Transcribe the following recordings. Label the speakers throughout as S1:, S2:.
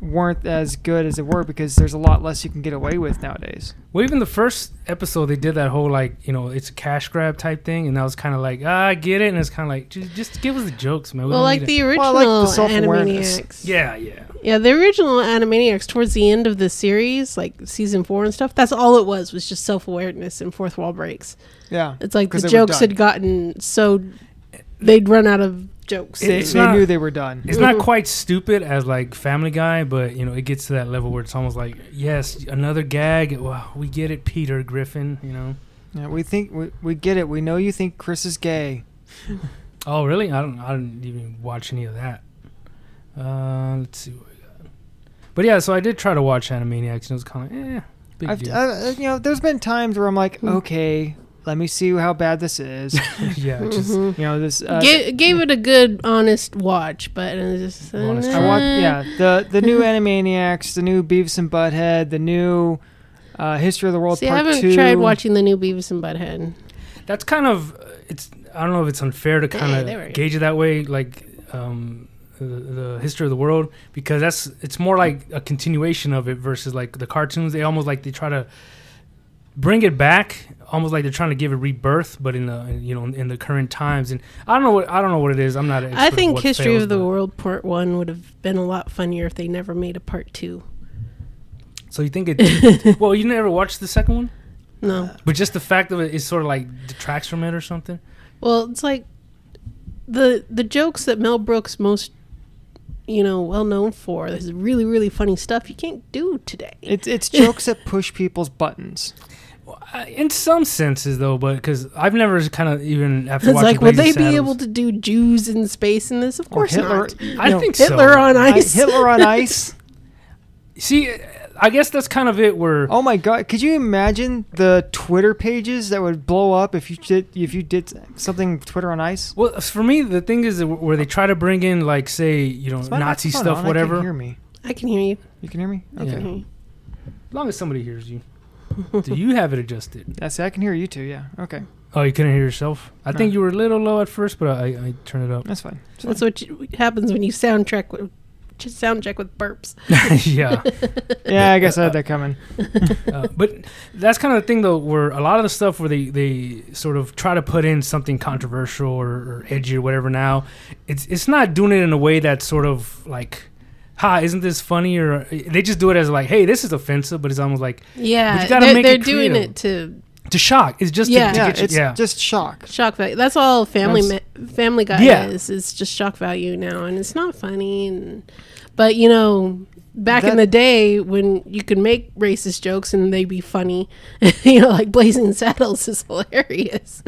S1: weren't as good as they were because there's a lot less you can get away with nowadays.
S2: Well, even the first episode, they did that whole like you know it's a cash grab type thing, and I was kind of like, ah, I get it, and it's kind of like just, just give us the jokes, man. We
S3: well,
S2: don't
S3: like
S2: need
S3: the
S2: to-
S1: Well, I
S3: original
S1: like the self-awareness.
S3: Animaniacs.
S2: yeah, yeah.
S3: Yeah, the original Animaniacs towards the end of the series, like season four and stuff, that's all it was was just self awareness and fourth wall breaks.
S1: Yeah,
S3: It's like
S1: 'Cause
S3: the
S1: they were
S3: jokes
S1: done.
S3: had gotten so they'd run out of jokes.
S1: they,
S2: it's
S1: they
S2: not-
S1: knew they were done.
S2: It's not quite stupid as like Family Guy, but you know it gets to that level where it's almost like, yes, another gag. Wow, we get it, Peter Griffin. You know.
S1: Yeah, we think we, we get it. We know you think Chris is gay.
S2: Oh, really? I don't. I didn't even watch any of that. Uh, let's see what we got. But yeah, so I did try to watch Animaniacs, and it was kind of like, eh, big
S1: I've,
S2: deal.
S1: I, you know, there's been times where I'm like, okay, let me see how bad this is.
S2: yeah, just
S1: you know, this. Uh,
S3: Mm-hmm. Ga- gave it a good, honest watch, but it was just, uh,
S2: Honest
S1: I
S2: watch.
S1: want, yeah, the the new Animaniacs, the new Beavis and Butthead, the new uh, History of the World
S3: See, I
S1: Part
S3: haven't
S1: Two.
S3: tried watching the new Beavis and Butthead.
S2: that's kind of it's. I don't know if it's unfair to kind
S3: they were-
S2: of gauge it that way, like um, the, the history of the world, because that's it's more like a continuation of it versus like the cartoons. They almost like they try to bring it back, almost like they're trying to give it rebirth, but in the you know in the current times. And I don't know what I don't know what it is. I'm not. An
S3: I
S2: expert of
S3: think
S2: what
S3: History
S2: fails,
S3: of the
S2: but-
S3: World Part One would have been a lot funnier if they never made a Part Two.
S2: So you think it? well, you never watched the second one,
S3: No,
S2: but just the fact of it is sort of like detracts from it or something.
S3: Well, it's like the the jokes that Mel Brooks most you know well known for. This is really really funny stuff you can't do today.
S1: It's it's jokes that push people's buttons.
S2: Uh, in some senses, though, but because I've never kind of even after
S3: it's
S2: watching
S3: like would they
S2: Blazing
S3: be
S2: Saddles-
S3: able to do Jews in space in this? Of
S1: Or
S3: course
S1: Hitler,
S3: not.
S2: I
S1: no,
S2: think
S3: Hitler
S2: so.
S3: on
S1: I-
S3: ice.
S1: Hitler on ice.
S2: See, I guess that's kind of it. Where
S1: Oh my god! Could you imagine the Twitter pages that would blow up if you did if you did something Twitter on ice?
S2: well, for me, the thing is that where they try to bring in like say you know
S1: Why not?
S2: Uh, Nazi
S1: Hold
S2: stuff,
S1: on, I
S2: whatever.
S1: Can hear me?
S3: I can hear you.
S1: You can hear me?
S2: Yeah.
S1: Okay.
S3: I can hear you.
S2: As long as somebody hears you. Do you have it adjusted?
S1: I see. I can hear you too. Yeah. Okay.
S2: Oh, you couldn't hear yourself. I
S1: No.
S2: think you were a little low at first, but I, I turned it up.
S1: That's fine. It's
S3: That's what you, what happens when you soundtrack with just soundtrack with burps.
S2: yeah.
S1: fine. Yeah, I guess I had that coming.
S2: Uh, but that's kind of the thing though where a lot of the stuff where they, they sort of try to put in something controversial or, or edgy or whatever now it's it's not doing it in a way that's sort of like ha isn't this funny or uh, they just do it as like hey this is offensive but it's almost like
S3: Yeah,
S2: But you gotta
S3: they're,
S2: make
S3: they're
S2: it
S3: doing
S2: creative.
S3: it to
S2: to shock it's just to,
S3: Yeah.
S2: to
S1: Yeah,
S2: get you,
S1: it's
S2: yeah
S1: just shock.
S3: shock value. That's all Family
S1: That's-
S3: ma- Family Guy
S2: Yeah.
S3: is. It's just shock value now, and it's not funny. And but you know, back in
S1: That-
S3: the day when you could make racist jokes and they'd be funny, you know, like Blazing Saddles is hilarious,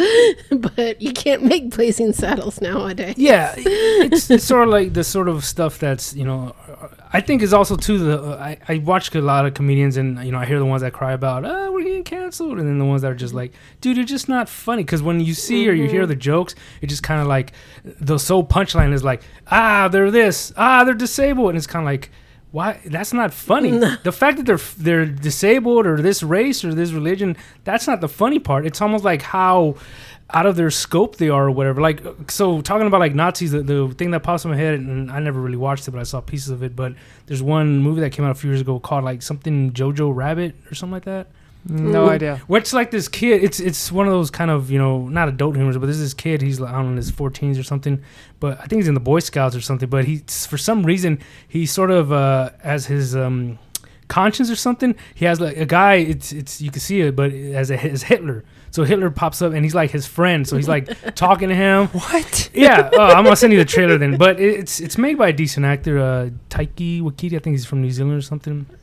S3: but you can't make Blazing Saddles nowadays.
S2: yeah it's, it's sort of like the sort of stuff that's you know i think is also too the I, I watch a lot of comedians and you know i hear the ones that cry about oh we're getting canceled and then the ones that are just like dude you're just not funny because when you see or you hear the jokes it just kind of like the sole punchline is like ah they're this ah they're disabled and it's kind of like why that's not funny the fact that they're they're disabled or this race or this religion that's not the funny part it's almost like how out of their scope they are or whatever like so talking about like nazis the, the thing that pops in my head and i never really watched it but i saw pieces of it but there's one movie that came out a few years ago called like something jojo rabbit or something like that
S1: No idea.
S2: which like this kid, it's it's one of those kind of you know not adult humors, but this is kid. He's like I don't know, in his 14s or something, but I think he's in the Boy Scouts or something. But he for some reason he sort of uh, as his um, conscience or something. He has like a guy. It's it's you can see it, but as a, as Hitler. So Hitler pops up and he's like his friend. So he's like talking to him.
S1: What?
S2: Yeah, uh, I'm gonna send you the trailer then. But it, it's it's made by a decent actor, uh, Taiki Wakiti. I think he's from New Zealand or something.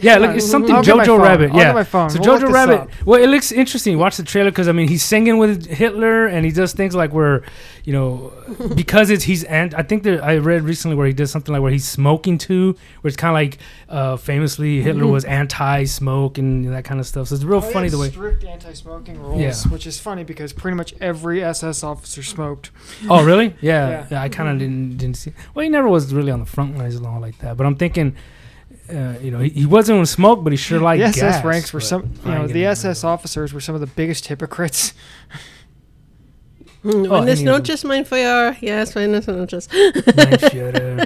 S2: Yeah, look, it's something
S1: I'll get my
S2: Jojo
S1: phone.
S2: Rabbit.
S1: I'll
S2: yeah,
S1: get my phone.
S2: so
S1: We'll look
S2: Jojo
S1: this
S2: Rabbit.
S1: up.
S2: Well, it looks interesting. Watch the trailer because I mean he's singing with Hitler and he does things like where, you know, because it's he's and I think that I read recently where he did something like where he's smoking too, where it's kind of like uh, famously
S1: Mm-hmm.
S2: Hitler was anti-smoke and that kind of stuff. So it's
S1: Oh,
S2: real funny the way.
S1: Strict anti-smoking rules,
S2: Yeah.
S1: which is funny because pretty much every SS officer smoked.
S2: Oh really? Yeah.
S1: Yeah. Mm-hmm.
S2: yeah. I kind of didn't didn't see. Well, he never was really on the front lines long like that. But I'm thinking, uh, you know, he, he wasn't on smoke, but he sure liked
S1: the SS
S2: gas,
S1: ranks were
S2: but
S1: some,
S2: I
S1: you know,
S2: ain't
S1: the
S2: gonna-
S1: SS officers were some of the biggest hypocrites.
S3: Buenas
S2: any of them.
S3: noches, mein Feuer. Yes, buenas noches.
S2: uh,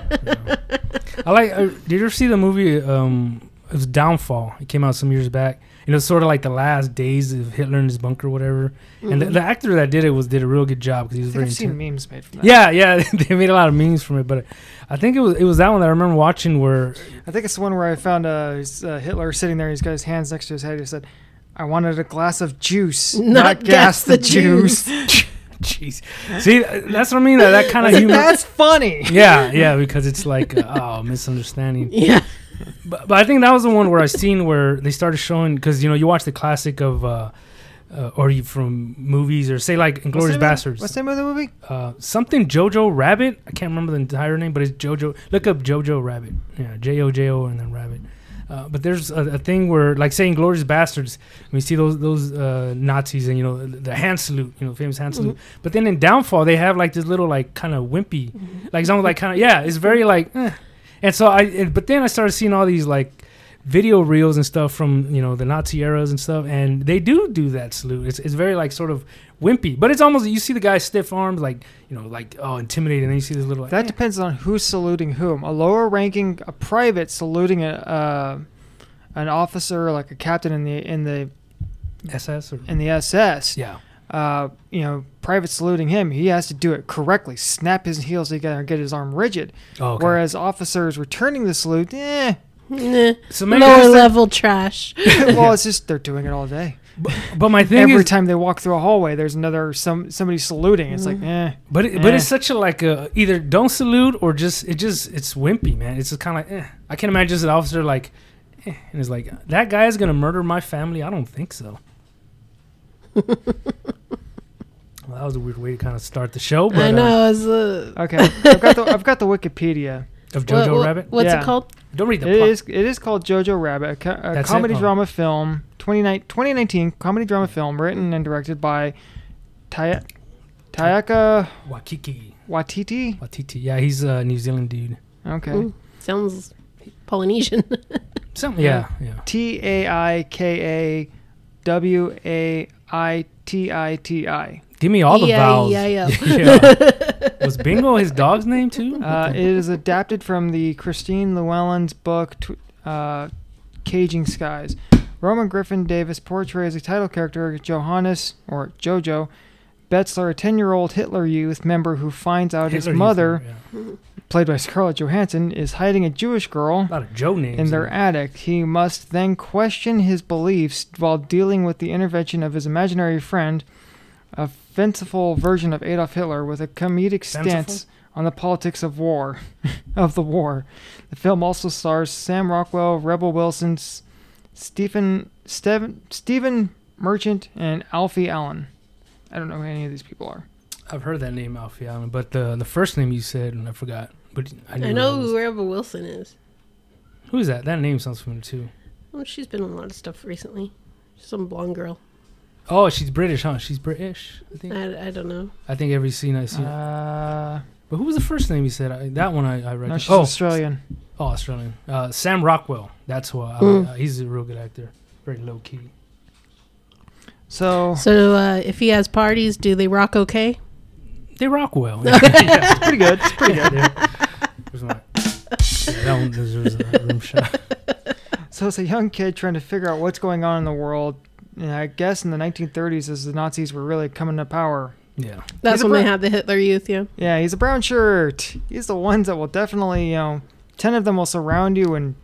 S2: I like. Uh, did you ever see the movie? Um, it was Downfall. It came out some years back. And it was sort of like the last days of Hitler in his bunker, or whatever.
S3: Hmm.
S2: And the, the actor that did it was did a real good job because he
S1: Mm-hmm. I
S2: was
S1: think
S2: very.
S1: I've seen memes
S2: intense.
S1: made from that.
S2: Yeah, yeah, they made a lot of memes from it, but I think it was it was that one that I remember watching where
S1: I think it's the one where I found uh, s- uh, Hitler sitting there. He's got his hands next to his head. He said, "I wanted a glass of juice, not, gas, the, juice."
S2: Jeez. See, uh, that's what I mean. That, that kind of humor.
S1: That's funny.
S2: Yeah, yeah, because it's like uh, oh, misunderstanding.
S3: Yeah.
S2: But, but I think that was the one where I seen where they started showing because you know you watch the classic of uh, uh, or you from movies or say like
S1: What's the
S2: Inglorious
S1: name of-
S2: Bastards,
S1: What's the name of the movie?
S2: uh, something Jojo Rabbit. I can't remember the entire name, but it's Jojo. Look up Jojo Rabbit. Yeah, J O J O and then Rabbit. Uh, but there's a, a thing where, like, saying "Glorious Bastards," we see those those uh, Nazis and you know the hand salute, you know, famous hand salute. But then in Downfall, they have like this little like kind of wimpy, like it's almost like kind of yeah, it's very like. eh. And so I, and- but then I started seeing all these like video reels and stuff from you know the Nazi eras and stuff, and they do do that salute. It's it's very like sort of wimpy, but it's almost you see the guy stiff arms, like you know, like oh intimidating. And then you see this little like,
S1: That
S2: eh.
S1: depends on who's saluting whom. A lower ranking, a private saluting a, uh, an officer, like a captain in the in the
S2: SS eh, or
S1: in the SS.
S2: yeah,
S1: Uh, you know, private saluting him, he has to do it correctly. Snap his heels together, get his arm rigid.
S2: oh, okay.
S1: Whereas officers returning the salute, eh,
S3: Nah.
S2: so maybe
S3: Lower
S2: that's the-
S3: level trash.
S1: well, it's just they're doing it all day.
S2: but my thing
S1: Every
S2: is,
S1: time they walk through a hallway, there's another some somebody saluting. It's
S2: Mm-hmm.
S1: like, eh.
S2: but it, but
S1: Eh.
S2: it's such a like a either don't salute or just it just it's wimpy, man. It's just kind of like eh. I can imagine just an officer like. eh, And it's like that guy is gonna murder my family. I don't think so. well, that was a weird way to kind of start the show, but
S3: I
S2: uh,
S3: know. It's, uh,
S1: Okay, I've got the I've got the Wikipedia.
S2: of Jojo
S3: what- what-
S2: Rabbit.
S3: What's
S1: Yeah.
S3: it called?
S2: Don't read the
S1: It
S2: plot.
S1: is it is called Jojo Rabbit, a, co- a
S2: That's it?
S1: comedy
S2: Oh.
S1: drama film, 29 2019 comedy drama film written and directed by Taya, Tayaka
S2: Wakiki
S1: Watiti.
S2: Watiti. Yeah, he's a New Zealand dude.
S1: Okay,
S3: Mm. Sounds Polynesian.
S2: Something. Yeah, yeah.
S1: T A I K A W A I T I T I.
S2: Give me all the
S3: Yeah,
S2: vowels.
S3: yeah, yeah.
S2: Yeah. Was Bingo his dog's name too?
S1: Uh, it is adapted from the Christine Llewellyn's book, tw- uh, Caging Skies. Roman Griffin Davis portrays the title character, Johannes, or Jojo, Betzler, a 10 year old Hitler youth member who finds out
S2: Hitler
S1: his
S2: used
S1: mother,
S2: him, yeah.
S1: played by Scarlett Johansson, is hiding a Jewish girl
S2: A lot of Joe names.
S1: in their attic. He must then question his beliefs while dealing with the intervention of his imaginary friend, a fanciful version of Adolf Hitler with a comedic stance
S2: Fanciful?
S1: on the politics of war, of the war. The film also stars Sam Rockwell, Rebel Wilson, S- Stephen Stev- Stephen Merchant, and Alfie Allen. I don't know who any of these people are.
S2: I've heard that name, Alfie Allen, but the the first name you said, and I forgot. But I, knew
S3: I
S2: who
S3: know
S2: it was.
S3: who Rebel Wilson is.
S2: Who is that? That name sounds familiar too.
S3: Well, she's been in a lot of stuff recently. Some blonde girl.
S2: Oh, she's British, huh? She's British. I think.
S3: I, I don't know.
S2: I think every scene I see.
S1: Uh,
S2: but who was the first name you said? I, that one I, I read.
S1: no, she's
S2: oh,
S1: Australian.
S2: Oh, Australian. Uh, Sam Rockwell. That's who. I,
S3: Mm.
S2: uh, he's a real good actor. Very low key.
S1: So
S3: So uh, if he has parties, do they rock okay?
S2: They rock well. yeah,
S1: pretty good. It's pretty good.
S2: yeah, There's my- yeah, that one deserves a room shot.
S1: So it's a young kid trying to figure out what's going on in the world. And I guess in the 1930s, as the Nazis were really coming to power.
S2: Yeah.
S3: That's
S1: He's a
S3: when they
S1: bro-
S3: had the Hitler Youth, yeah.
S1: Yeah, he's a brown shirt. He's the ones that will definitely, you know, 10 of them will surround you and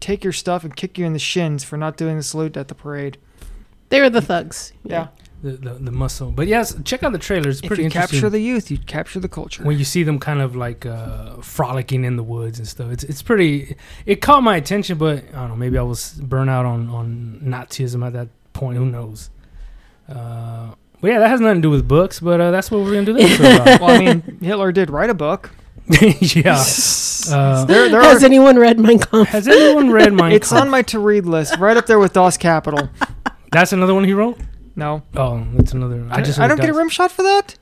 S1: take your stuff and kick you in the shins for not doing the salute at the parade.
S3: They were the thugs.
S1: Yeah.
S2: The, the the muscle. But yes, check out the trailer. It's
S1: If
S2: pretty
S1: you
S2: interesting.
S1: capture the youth, you capture the culture.
S2: when you see them kind of like uh, frolicking in the woods and stuff, it's it's pretty. It caught my attention, but I don't know. Maybe I was burnt out on on Nazism at that point. Who knows? Uh, but yeah, that has nothing to do with books. But uh, that's what we're gonna do this episode about.
S1: well, I mean, Hitler did write a book.
S2: yeah. Uh,
S1: There, there
S3: Has
S1: are,
S3: anyone read Mein Kampf?
S2: Has anyone read Mein
S1: it's
S2: Kampf?
S1: on my to read list, right up there with Das Kapital.
S2: That's another one he wrote.
S1: No,
S2: Oh, that's another. I just
S1: I don't
S2: looked
S1: get a
S2: up-
S1: rim shot for that.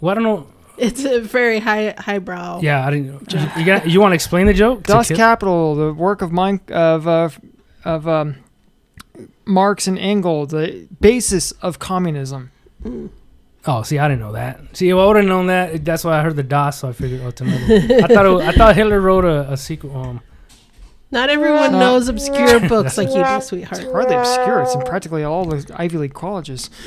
S2: Well, I don't know.
S3: It's a very high
S1: Oh.
S3: highbrow.
S2: Yeah, I didn't. You, got, you want to explain the joke? to
S1: Das
S2: Kip?
S1: Kapital, the work of mine of uh, of um, Marx and Engel, the basis of communism.
S3: Mm.
S2: Oh, see, I didn't know that. See, if I would have known that, that's why I heard the DOS, so I figured, oh, tomato. I thought it, I thought Hitler wrote a, a sequel. Um,
S3: Not everyone
S1: Uh,
S3: knows obscure books like you do, sweetheart.
S1: It's hardly obscure. It's in practically all the Ivy League colleges.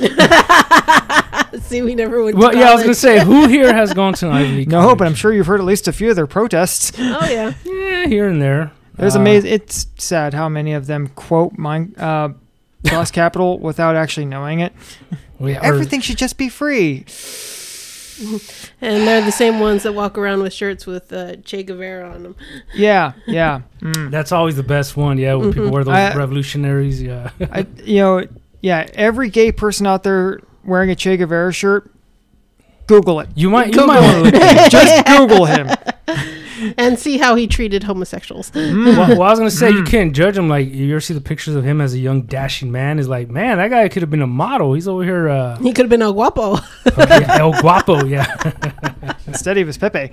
S3: See, we never went.
S2: well,
S3: to
S2: yeah, I was gonna
S3: college.
S2: say, who here has gone to an Ivy League?
S1: No, but I'm
S2: college?
S1: sure you've heard at least a few of their protests.
S3: Oh yeah,
S2: yeah, here and there.
S1: There's
S2: Uh,
S1: amazing. It's sad how many of them quote mine, uh, Boss Capital without actually knowing it.
S2: Uh, we- or-
S1: Everything should just be free.
S3: and they're the same ones that walk around with shirts with uh, Che Guevara on them.
S1: Yeah, yeah. Mm.
S2: That's always the best one, yeah. When people wear those
S1: I-
S2: revolutionaries, yeah.
S1: I, you know, yeah. Every gay person out there wearing a Che Guevara shirt, Google it.
S2: You might, you
S1: Google
S2: might want to look. at it.
S1: Just Google him.
S3: and see how he treated homosexuals.
S1: Mm.
S2: Well, well, I was gonna say you
S1: Mm.
S2: can't judge him. Like you ever see the pictures of him as a young dashing man? Is like, man, that guy could have been a model. He's over here, uh,
S3: He could have been a guapo.
S2: okay, El Guapo, yeah.
S1: Instead, he was Pepe.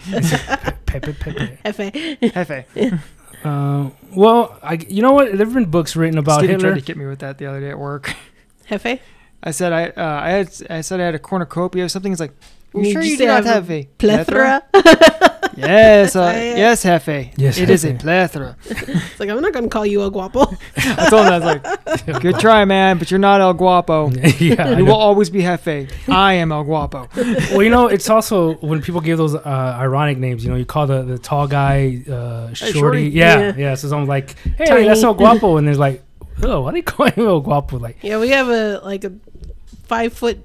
S2: Pepe, Pepe.
S3: F.A.
S1: Pepe.
S2: Uh, well, I, you know what? There've been books written about
S1: Stevie
S2: Hitler.
S1: tried to get me with that the other day at work.
S3: Hefe?
S1: I said I, uh, I had, I said I had a cornucopia of something. He's like, you
S3: Did
S1: sure
S3: you
S1: you,
S3: say
S1: do not
S3: I have
S1: have a
S3: Plethora?
S1: Yes, uh,
S3: I, uh,
S1: yes, Hefe.
S2: Yes,
S1: it is a
S2: Hefe.
S1: plethora.
S3: It's like, I'm not going to call you a guapo.
S1: I told him I was like, good try, man, but you're not El Guapo.
S2: yeah. I
S1: You will
S2: know.
S1: always be Hefe. I am El Guapo.
S2: Well, you know, it's also when people give those uh, ironic names. You know, you call the, the tall guy uh, shorty.
S1: Shorty.
S2: Yeah,
S3: Yeah.
S2: yeah. So someone's like, "Hey,
S3: Tiny.
S2: that's El Guapo," and there's like, "Oh, why they call him El Guapo?" Like,
S3: yeah, we have a like a five foot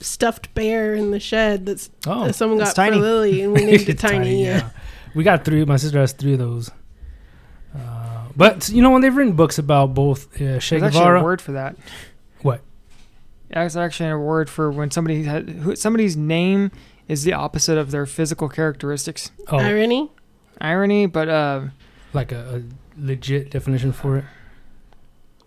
S3: stuffed bear in the shed that's
S2: oh,
S3: that someone
S1: it's
S3: got
S1: tiny.
S3: for Lily, and we named it Tiny. Uh, yeah.
S2: We got three. My sister has three of those. Uh, but you know when they've written books about both uh, Che
S1: There's actually a
S2: Guevara,
S1: word for that.
S2: What?
S1: There's actually a word for when somebody had, who, somebody's name is the opposite of their physical characteristics.
S2: oh,
S3: Irony?
S1: Irony, but uh,
S2: like a, a legit definition for it.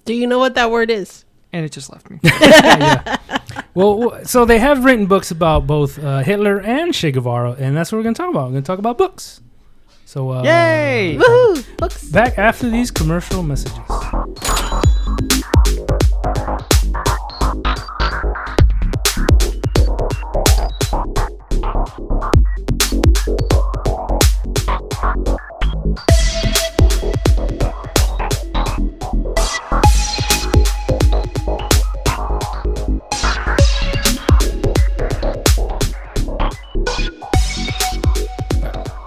S3: Do you know what that word is?
S1: and it just left me.
S2: yeah. Well, w- so they have written books about both uh, Hitler and Che Guevara, and that's what we're going to talk about. We're going to talk about books. So, uh,
S1: Yay!
S3: Woohoo! Books.
S2: Back after these commercial messages.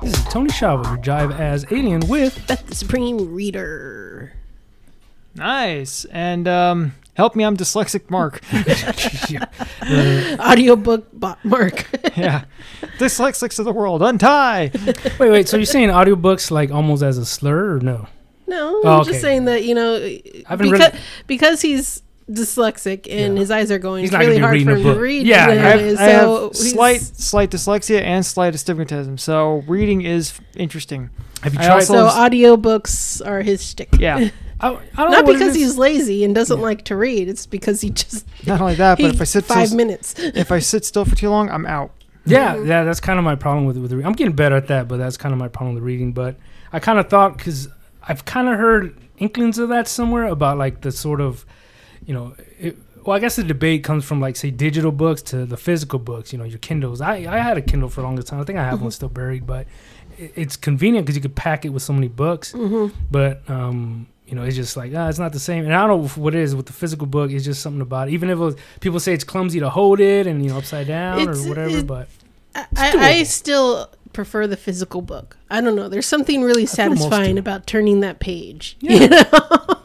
S2: This is Tony Shaw with your Jive as Alien with
S3: Beth the Supreme Reader.
S1: Nice. And um, help me, I'm dyslexic, Mark.
S2: Uh,
S3: Audiobook bot mark.
S1: yeah. Dyslexics of the world, untie!
S2: wait, wait. So you're saying audiobooks like almost as a slur or no?
S3: No,
S2: Oh,
S3: I'm
S2: okay.
S3: just saying that you know,
S2: haven't
S3: because,
S2: read-
S3: because he's dyslexic and
S2: Yeah.
S3: his eyes are going.
S2: He's
S3: It's
S2: not
S3: really
S2: gonna
S3: hard
S2: be
S3: for him
S2: reading a
S3: to
S2: book.
S3: read.
S2: Yeah,
S3: than
S1: I
S3: it
S1: have,
S3: is,
S1: I have
S3: so he's-
S1: slight slight dyslexia and slight astigmatism, so reading is interesting.
S2: Have you
S1: I
S2: tried?
S1: also-
S3: So audiobooks are his shtick.
S1: Yeah.
S2: I, I don't know Oh,
S3: Not
S2: what it is.
S3: because he's lazy and doesn't
S2: Yeah.
S3: like to read. It's because he just
S1: Not only that,
S3: he,
S1: but if I sit
S3: five
S1: so,
S3: minutes.
S1: if I sit still for too long, I'm out.
S2: Yeah,
S3: Mm-hmm.
S2: yeah, that's kind of my problem with with the re- I'm getting better at that, but that's kind of my problem with reading. But I kind of thought because I've kind of heard inklings of that somewhere about like the sort of, you know, it, well, I guess the debate comes from like say digital books to the physical books. You know, your Kindles. I I had a Kindle for a long time. I think I
S3: Mm-hmm.
S2: have one still buried, but it, it's convenient because you could pack it with so many books.
S3: hmm
S2: But um, you know, it's just like ah, it's not the same. And I don't know what it is with the physical book. It's just something about it. even if it was, people say it's clumsy to hold it and you know upside down
S3: It's-
S2: or whatever,
S3: it-
S2: but.
S3: I, I, I still prefer the physical book. I don't know. There's something really
S2: feel most
S3: satisfying
S2: do.
S3: about turning that page.
S2: Yeah.
S3: You know?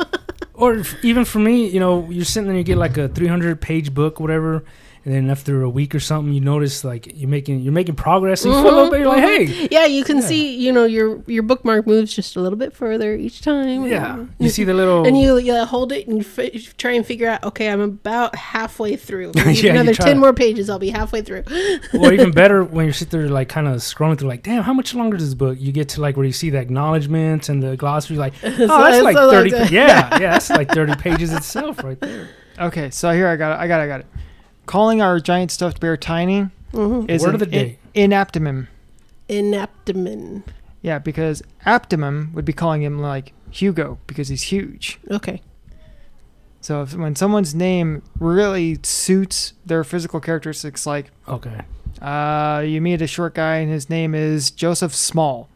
S2: or if, even for me, you know, you're sitting there, you get like a 300 page book, whatever, and then after a week or something, you notice like you're making you're making progress. And you feel a little bit, you're like, hey,
S3: Mm-hmm, yeah, you can
S2: Yeah.
S3: see. You know, your your bookmark moves just a little bit further each time.
S2: yeah. You see the little
S3: Mm-hmm. and you, you hold it and fi- try and figure out okay i'm about halfway through
S2: Yeah, you
S3: another
S2: try
S3: 10
S2: to-
S3: more pages i'll be halfway through
S2: or even better when you sit there like kind of scrolling through like damn how much longer is this book you get to like where you see the acknowledgments and the glossary like oh that's
S3: it's
S2: like
S3: so like
S2: 30
S3: that.
S2: yeah yeah that's like 30 pages itself right there
S1: Okay, so here I got it. I got it, I got it. Calling our giant stuffed bear tiny
S3: Mhm.
S1: is
S2: Word
S1: an
S2: of the day.
S1: in- inaptimum.
S3: inaptimum
S1: Yeah, because aptimum would be calling him like Hugo because he's huge.
S3: okay
S1: So if, when someone's name really suits their physical characteristics, like
S2: Okay.
S1: uh, you meet a short guy and his name is Joseph Small.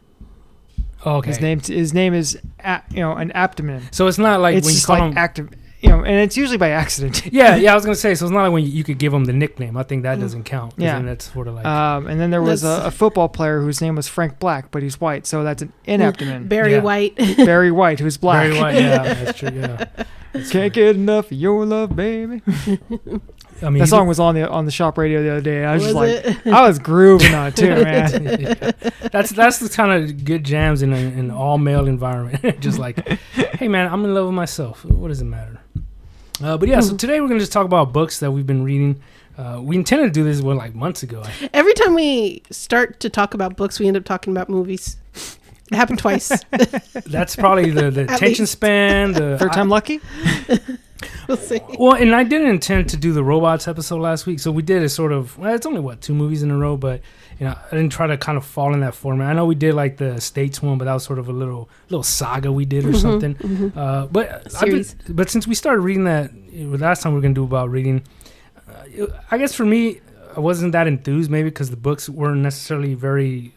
S2: Okay.
S1: His name his name is a, you know an aptonym.
S2: So it's not like
S1: it's
S2: when you
S1: just
S2: call
S1: like
S2: him.
S1: active, you know, and it's usually by accident.
S2: yeah, yeah. I was gonna say. So it's not like when you, you could give him the nickname. I think that
S3: Mm.
S2: doesn't count. 'cause
S1: Yeah.
S2: Then that's sort of like.
S1: Um, and then there was a,
S3: That's-
S1: a football player whose name was Frank Black, but he's white, so that's an inaptonym.
S3: Barry
S2: Yeah.
S3: White.
S1: Barry White, who's black.
S2: Very white. Yeah, that's true. Yeah. That's
S1: Can't
S2: fair.
S1: get enough of your love, baby.
S2: I mean,
S1: That
S2: you
S1: song was on the on the shop radio the other day. and I was,
S3: was
S1: just like,
S3: it?
S1: I was grooving on it too, man.
S2: Yeah. That's that's the kind of good jams in an in all male environment. just like, hey man, I'm in love with myself. What does it matter? Uh, but yeah, so today we're gonna just talk about books that we've been reading. Uh, we intended to do this one like months ago.
S3: Every time we start to talk about books, we end up talking about movies. It happened twice.
S2: That's probably the, the
S3: At
S2: attention span. The
S1: Third time lucky.
S3: we'll see.
S2: well, and I didn't intend to do the robots episode last week, so we did a sort of. Well, it's only what two movies in a row, but you know, I didn't try to kind of fall in that format. I know we did like the states one, but that was sort of a little little saga we did or
S3: Mhm,
S2: something.
S3: mhm.
S2: Uh, but I've been,
S3: Series.
S2: but since we started reading that uh, last time, we are gonna do about reading. Uh, it- I guess for me, I wasn't that enthused maybe because the books weren't necessarily very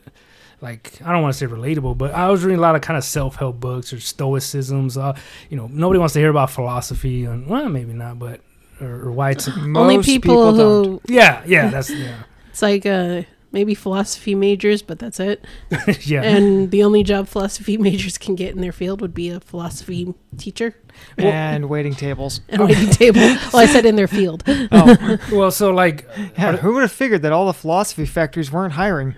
S2: like I don't want to say relatable, but I was reading a lot of kind of self help books or stoicisms. Uh, you know, nobody wants to hear about philosophy, and well, maybe not, but or, or why it's
S3: Only
S1: Most
S3: people,
S1: don't.
S3: who
S2: yeah, yeah, that's yeah,
S3: it's like uh, maybe philosophy majors, but that's it.
S2: yeah.
S3: And the only job philosophy majors can get in their field would be a philosophy teacher
S2: Well-
S1: and waiting tables.
S3: and
S2: Oh.
S3: waiting table. Well, I said in their field.
S1: Oh,
S2: well, so like,
S1: yeah, who would have figured that all the philosophy factories weren't hiring?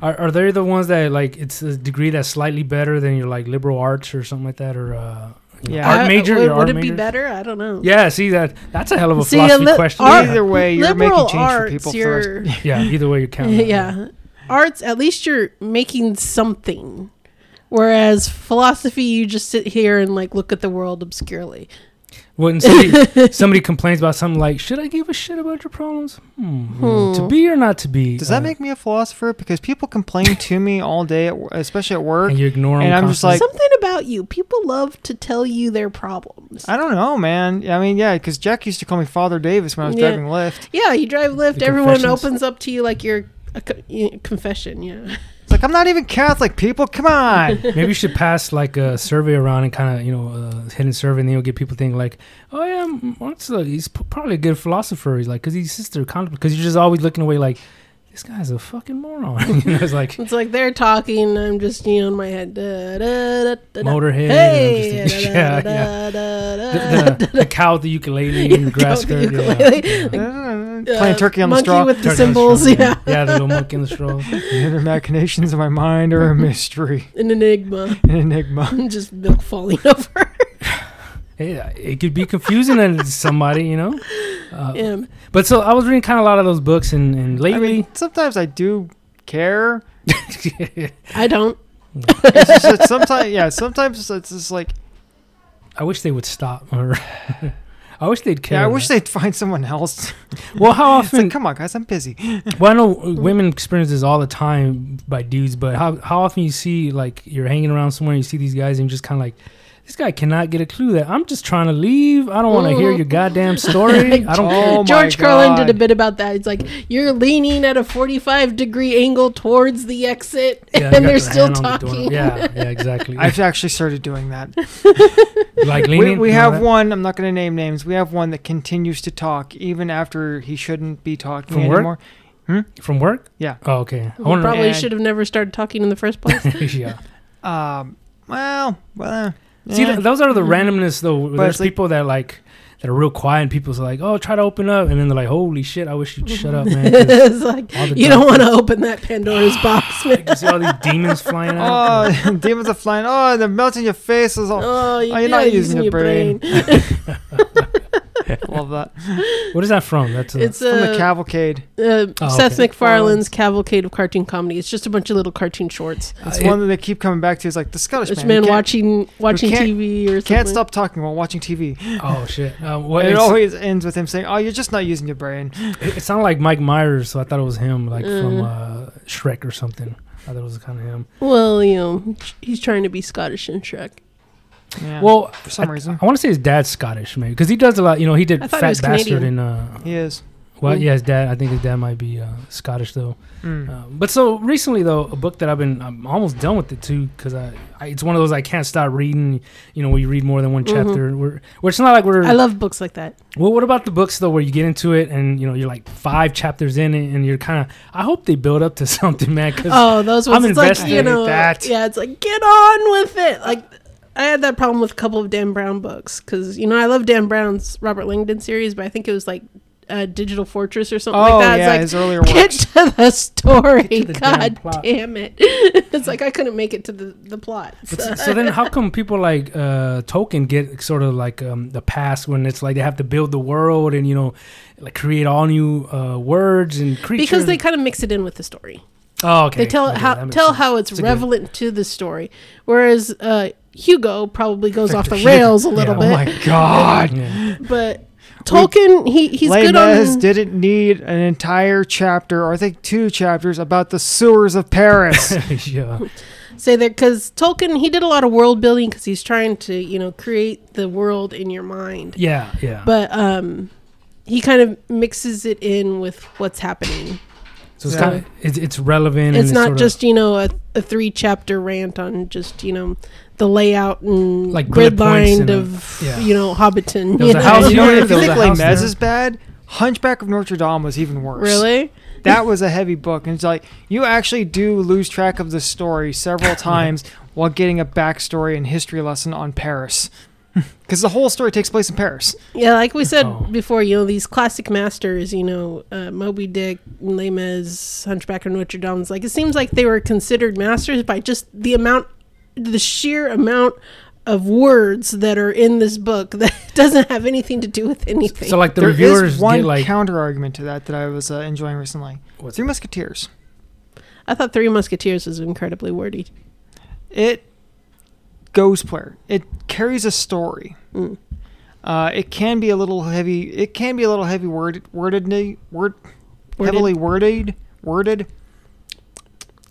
S2: are, are they the ones that like it's a degree that's slightly better than your like liberal arts or something like that, or uh, you know,
S1: Yeah.
S2: art
S3: I-
S2: major?
S3: Would,
S2: your art
S3: would it be
S2: major?
S3: better? I don't know.
S2: Yeah, see that that's a hell of a
S3: See, a
S2: philosophy
S3: li-
S2: question.
S3: art-
S2: yeah.
S1: Either way, you're making
S3: Liberal
S1: change for
S3: arts,
S1: people first.
S3: you're,
S2: yeah, either way you count. that.
S3: yeah. Arts, at least you're making something. Whereas philosophy, you just sit here and like look at the world obscurely.
S2: When somebody, somebody complains about something like, should I give a shit about your problems? Hmm, you know, To
S3: Hmm.
S2: be or not to be.
S1: Does
S2: uh,
S1: that make me a philosopher? Because people complain to me all day, at, wo- especially at work.
S2: And you ignore 'em
S1: and I'm just
S2: constantly?
S1: Like-
S3: Something about you. People love to tell you their problems.
S1: I don't know, man. I mean, yeah, because Jack used to call me Father Davis when I was
S3: Yeah.
S1: driving Lyft.
S3: yeah, you drive Lyft,
S2: The
S3: everyone
S2: confessions.
S3: opens up to you like you're a co- you know, confession. Yeah.
S1: It's like I'm not even Catholic, people. Come on.
S2: maybe you should pass like a survey around and kind of you know uh, hidden survey, and then you'll get people thinking like, oh yeah, M- Mark's uh, he's p- probably a good philosopher. He's like, because he's just because you're just always looking away like, this guy's a fucking moron. you know, it's like
S3: It's like they're talking. I'm just you know in my head. Da, da, da, da, da.
S2: Motorhead. and
S3: Hey.
S2: I'm just-
S3: da,
S2: yeah,
S3: da,
S2: yeah.
S3: da, da, da.
S2: The, the, the cow with the ukulele
S3: Yeah,
S2: and the
S3: the cow
S2: grass
S3: with the
S2: skirt. yeah.
S3: ukulele.
S2: Yeah.
S3: Uh,
S1: Playing turkey on the
S3: monkey
S1: straw.
S3: with the
S2: Turkey on
S3: symbols.
S2: straw,
S3: Yeah.
S2: yeah, the little monkey in the straw.
S1: The inner machinations of my mind are a mystery,
S3: An enigma.
S1: an enigma.
S3: just milk falling over
S2: Yeah, uh, it could be confusing to somebody, you know. Uh,
S3: him.
S2: But so I was reading kind of a lot of those books, and, and
S1: I
S2: lately,
S1: mean, sometimes I do care.
S3: I don't.
S1: It's just that sometimes, yeah, sometimes it's just like,
S2: I wish they would stop. Or I wish they'd care.
S1: yeah, I wish they'd find someone else.
S2: Well, how
S1: It's like,
S2: often?
S1: come on, guys, I'm busy.
S2: Well, I know
S1: Mm-hmm.
S2: women experience this all the time by dudes, but how how often you see like you're hanging around somewhere, you see these guys, and you're just kind of like. This guy cannot get a clue that I'm just trying to leave. I don't want to
S1: Mm-hmm.
S2: hear your goddamn story. I don't.
S1: Oh my
S3: George Carlin did a
S1: God.
S3: bit about that. It's like you're leaning at a 45 degree angle towards the exit,
S2: Yeah, they got
S3: and
S2: their
S3: they're still
S2: hand on the door.
S3: talking.
S2: yeah, yeah, exactly.
S1: I've actually started doing that.
S2: like
S1: We,
S2: leaning.
S1: we
S2: you know
S1: have
S2: that?
S1: one. I'm not going to name names. We have one that continues to talk even after he shouldn't be talking
S2: From work?
S1: anymore.
S2: from work.
S1: Yeah.
S2: Oh, okay. I
S3: Who
S2: wonder.
S3: probably
S1: And-
S3: should have never started talking in the first place.
S2: yeah.
S1: Um, well, well. eh.
S2: See,
S1: yeah. Mm-hmm.
S2: th- those are the randomness though. where
S1: But
S2: There's
S1: it's like-
S2: people that like that are real quiet, and people's like, "Oh, try to open up," and then they're like, "Holy shit, I wish you'd shut up, man." 'cause
S3: it's like
S2: all the
S3: you don't
S2: dark-
S3: want to open that Pandora's box.
S2: You can see all these demons flying out.
S1: Oh, demons are flying. Oh, they're melting your faces. Oh,
S3: Oh, you-
S1: you're
S3: yeah,
S1: not using your brain. love that.
S2: What is that from? That's a,
S3: It's
S1: From the
S3: uh,
S1: cavalcade.
S3: uh,
S2: Oh,
S3: Seth
S2: okay.
S3: MacFarlane's Cavalcade of Cartoon Comedy. It's just a bunch of little cartoon shorts.
S2: uh,
S1: It's
S2: it-
S1: one that they keep coming back to. It's like the Scottish
S3: Which
S1: man.
S3: man
S1: who can't-
S3: watching watching
S1: can't-
S3: TV or something.
S1: Can't stop talking while watching TV.
S2: oh shit! Uh, well,
S1: But it
S2: it's,
S1: always ends with him saying, "Oh, you're just not using your brain."
S2: it, it sounded like Mike Myers, so I thought it was him, like from
S3: Mm.
S1: Mm-hmm.
S2: uh, Shrek or something. I thought it was kind of him.
S3: Well, you know, he's trying to be Scottish in Shrek.
S1: Yeah.
S2: Well,
S1: for some
S2: I,
S1: reason,
S2: I want to say his dad's Scottish, maybe, because he does a lot. You know, he did
S3: I
S2: Fat
S3: thought he was
S2: Bastard
S3: Canadian.
S2: in. Uh,
S1: he is.
S2: well,
S3: Mm.
S2: yeah, his dad. I think his dad might be uh, Scottish though.
S1: Mm.
S2: Uh, but so recently though, a book that I've been I'm almost done with it too because I, I it's one of those I can't stop reading. You know, where you read more than one
S3: Mhm.
S2: chapter. Where, where it's not like we're
S3: I love books like that.
S2: well, what about the books though, where you get into it and you know you're like five chapters in and and you're kind of. I hope they build up to something, man. Because
S3: Oh, those
S2: I'm
S3: ones. It's like
S2: invested
S3: you
S2: in
S3: know,
S2: that.
S3: yeah, it's like get on with it. Like I had that problem with a couple of Dan Brown books because you know I love Dan Brown's Robert Langdon series, but I think it was like uh, Digital Fortress or something
S1: Oh
S3: like that.
S1: yeah,
S3: it's
S1: his earlier
S3: like get
S1: works.
S3: to the story.
S2: Get to the damn
S3: God
S2: plot.
S3: damn it! it's like I couldn't make it to the the plot.
S2: But s- so then how come people like uh Tolkien get sort of like um the pass when it's like they have to build the world and you know like create all new uh words and creatures
S3: because they kind of mix it in with the story.
S2: oh okay
S3: They tell
S2: Okay,
S3: how
S2: that makes
S3: tell
S2: sense.
S3: how it's
S2: It's a good-
S3: relevant to the story, whereas uh, Hugo probably goes off
S1: Victor
S3: the
S1: Hugo.
S3: rails a little
S2: Yeah.
S1: Oh
S3: bit.
S1: my god.
S2: Yeah.
S3: But Tolkien, he he's good
S1: Lainez
S3: on.
S1: didn't need an entire chapter, or I think two chapters, about the sewers of Paris.
S2: yeah
S3: say that because Tolkien he did a lot of world building because he's trying to you know create the world in your mind,
S2: yeah yeah
S3: but um he kind of mixes it in with what's happening.
S2: so it's
S1: Yeah.
S2: kind of it's, it's relevant and
S3: it's not
S2: sort
S3: just you know a, a three chapter rant on just you know the layout and
S2: Like bullet
S3: grid
S2: points
S3: line
S2: and a-
S3: of
S2: yeah.
S3: you know Hobbiton.
S2: There was
S3: you
S2: a
S3: know?
S2: house
S1: you know,
S2: there,
S1: if
S2: there
S1: you
S2: was
S1: think
S2: a
S1: Lainez
S2: house there.
S1: is bad, Hunchback of Notre Dame was even worse.
S3: Really?
S1: That was a heavy book. And it's like, you actually do lose track of the story several times while getting a backstory and history lesson on Paris. Because the whole story takes place in Paris.
S3: Yeah, like we said
S2: Oh.
S3: before, you know these classic masters, you know uh, Moby Dick, Lamez, Hunchback of Notre Dame. It's like it seems like they were considered masters by just the amount, the sheer amount of words that are in this book that doesn't have anything to do with anything.
S2: so like the
S1: There is
S2: reviewers
S1: one
S2: get like
S1: counter argument to that that I was uh, enjoying recently. Three Musketeers.
S3: I thought Three Musketeers was incredibly wordy.
S1: it goes player. It carries a story.
S3: Mm.
S1: Uh, it can be a little heavy. It can be a little heavy worded, worded, word,
S3: Worded.
S1: heavily worded, worded.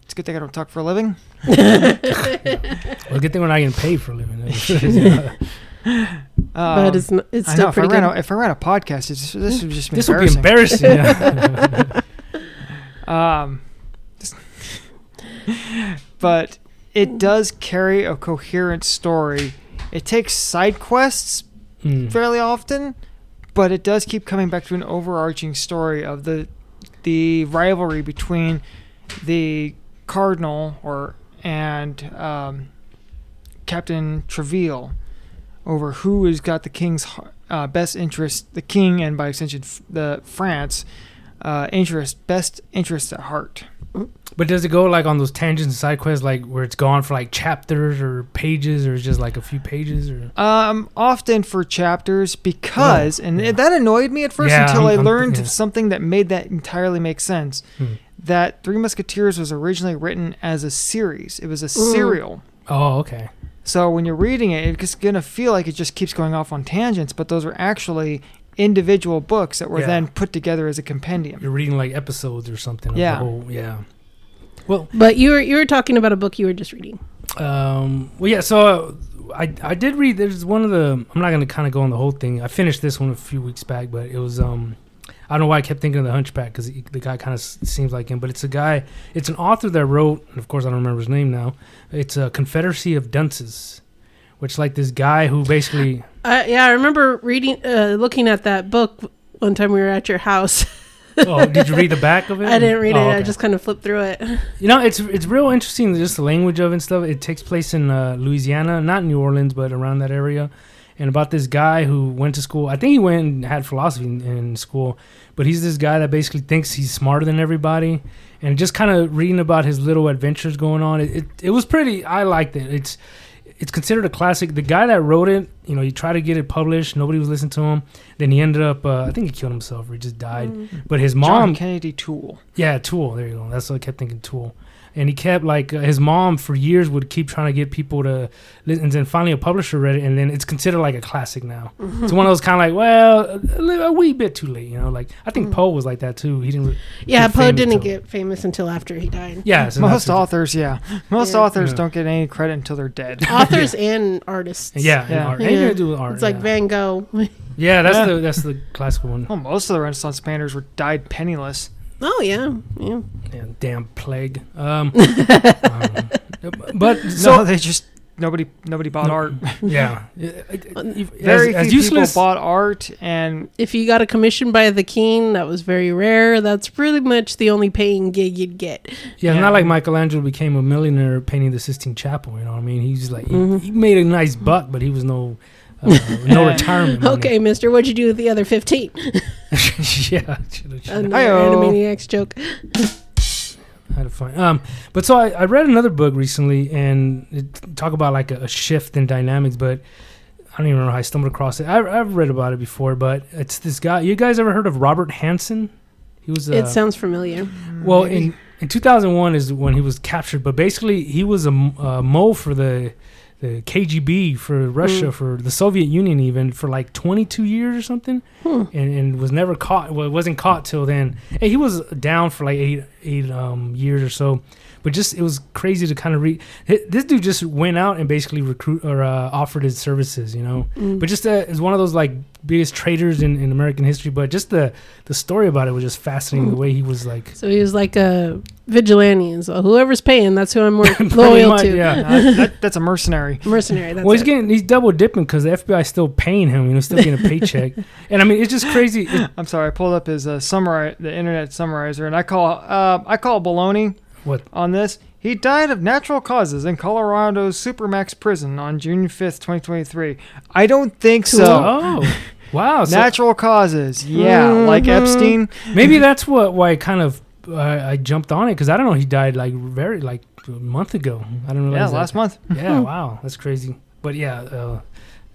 S1: It's a good thing I don't talk for a living.
S2: well, good thing we're not getting paid for a living Yeah.
S1: Uh,
S2: Um,
S3: but it's n it's
S1: I
S3: still
S1: know if I
S3: pretty
S1: ran
S3: good.
S1: a, if I ran a podcast, it's, this would just be
S2: this would be embarrassing yeah.
S1: Um, just- but it does carry a coherent story. It takes side quests,
S2: Mm.
S1: fairly often, but it does keep coming back to an overarching story of the the rivalry between the cardinal or and um, Captain Treville over who has got the king's h- uh, best interest, the king and by extension f- the France uh, interest best interest at heart.
S2: but does it go like on those tangents and side quests like where it's gone for like chapters or pages or it's just like a few pages or
S1: Um, often for chapters because, and
S2: Hmm. yeah.
S1: that annoyed me at first
S2: Yeah,
S1: until
S2: I'm-
S1: i
S2: I'm-
S1: learned
S2: yeah.
S1: something that made that entirely make sense.
S2: Hmm.
S1: That Three Musketeers was originally written as a series. It was a
S3: Mm.
S1: serial.
S2: oh okay
S1: So when you're reading it, it's gonna feel like it just keeps going off on tangents, but those are actually individual books that were
S2: Yeah.
S1: then put together as a compendium.
S2: you're reading like episodes or something.
S1: Yeah.
S2: Of the whole, yeah.
S3: But you were you were talking about a book you were just reading.
S2: Um, well, yeah. So uh, I I did read. There's one of the. I'm not gonna kind of go on the whole thing. I finished this one a few weeks back, but it was um. I don't know why I kept thinking of the Hunchback because the guy kind of seems like him, but it's a guy. It's an author that wrote, and of course I don't remember his name now. It's a Confederacy of Dunces, which like this guy who basically
S3: Uh, yeah, I remember reading, uh, looking at that book one time we were at your house.
S2: oh, did you read the back of it?
S3: I didn't read
S2: Oh,
S3: it. I
S2: okay.
S3: just kind of flipped through it.
S2: You know, it's it's real interesting just the language of it and stuff. It takes place in uh, Louisiana, not New Orleans, but around that area. And about this guy who went to school. I think he went and had philosophy in, in school, but he's this guy that basically thinks he's smarter than everybody. And just kind of reading about his little adventures going on, it, it it was pretty. I liked it. It's it's considered a classic. The guy that wrote it, you know, he tried to get it published. Nobody was listening to him. Then he ended up, uh, I think he killed
S3: Mm.
S2: himself or he just died. But his
S1: John
S2: mom
S1: Kennedy Tool.
S2: yeah, Tool. There you go. That's what I kept thinking. Tool. and he kept like uh, his mom for years would keep trying to get people to listen. And then finally, a publisher read it, and then it's considered like a classic now.
S3: Mm-hmm.
S2: it's one of those kind of like, well, a, li- a wee bit too late, you know. Like I think
S3: Mm.
S2: Poe was like that too. He didn't. re-
S3: Yeah,
S2: Get
S3: Poe
S2: famous
S3: didn't
S2: till-
S3: get famous until after he died.
S2: Yeah, so
S1: Mm. Most
S2: that's-
S1: authors, yeah. Most
S3: Yeah.
S1: authors
S2: Yeah.
S1: don't get any credit until they're dead.
S3: Authors and artists.
S2: Yeah, and
S1: Yeah.
S2: art. Anything
S3: Yeah.
S2: to do with art.
S3: It's like
S2: yeah.
S3: Van Gogh.
S2: Yeah, that's
S1: Yeah.
S2: the that's the classical one.
S1: Well, most of the Renaissance painters were died penniless.
S3: Oh yeah, yeah.
S2: Yeah, damn plague. Um, um, but so
S1: no, they just nobody nobody bought
S2: No.
S1: art.
S2: yeah, Yeah, I- I- if-
S1: Very
S2: as, as
S1: few people
S2: useless.
S1: bought art, and
S3: If you got a commission by the king, that was very rare. That's pretty much the only paying gig you'd get.
S2: yeah,
S1: Yeah.
S2: not like Michelangelo became a millionaire painting the Sistine Chapel. You know what I mean? He's like he-
S3: Mhm.
S2: he, made a nice buck, but he was no uh, no
S1: Yeah.
S2: retirement. money.
S3: Okay, Mister, what'd you do with the other fifteen?
S2: yeah, should have
S3: Another
S1: Hi-yo.
S3: Animaniacs joke.
S2: had a fun. Um, but so I, I read another book recently and it talk about like a, a shift in dynamics, but I don't even remember how I stumbled across it. I, I've read about it before, but it's this guy. You guys ever heard of Robert Hansen? He was uh, a,
S3: It sounds familiar.
S2: well
S1: Mm, maybe-
S2: in in 2001 is when he was captured, but basically he was a m- uh, mole for the the KGB for Russia
S3: Mm.
S2: for the Soviet Union even for like 22 years or something,
S3: Hmm.
S2: and, and was never caught. Well, wasn't caught till then. And he was down for like eight eight um, years or so. But just it was crazy to kind of read. This dude just went out and basically recruit or uh, offered his services, you know.
S3: Mm.
S2: But just uh, is one of those like biggest traitors in, in American history. But just the the story about it was just fascinating. The way he was like
S3: So he was like a vigilante, and so whoever's paying, that's who I'm more
S2: Pretty
S3: loyal
S2: much,
S3: to.
S2: Yeah.
S1: Uh, that, that- that's a mercenary.
S3: Mercenary. That's
S2: well, he's
S3: it.
S2: getting he's double dipping because the FBI still paying him. You know, still getting a paycheck. and I mean, it's just crazy. It-
S1: I'm sorry, I pulled up his uh, summary, the internet summarizer, and I call uh, I call baloney.
S2: What?
S1: on this? He died of natural causes in Colorado's Supermax prison on June 5th, 2023. I don't think
S3: Cool.
S1: so.
S2: oh, wow. So Hmm,
S1: Natural causes, yeah, like
S3: Mhm.
S1: Epstein.
S2: maybe that's what why I kind of uh, I jumped on it because I don't know he died like very like a month ago. I don't
S1: Yeah,
S2: realize.
S1: last month.
S2: that.
S3: Mm-hmm.
S2: Yeah. wow. That's crazy. But yeah. Uh,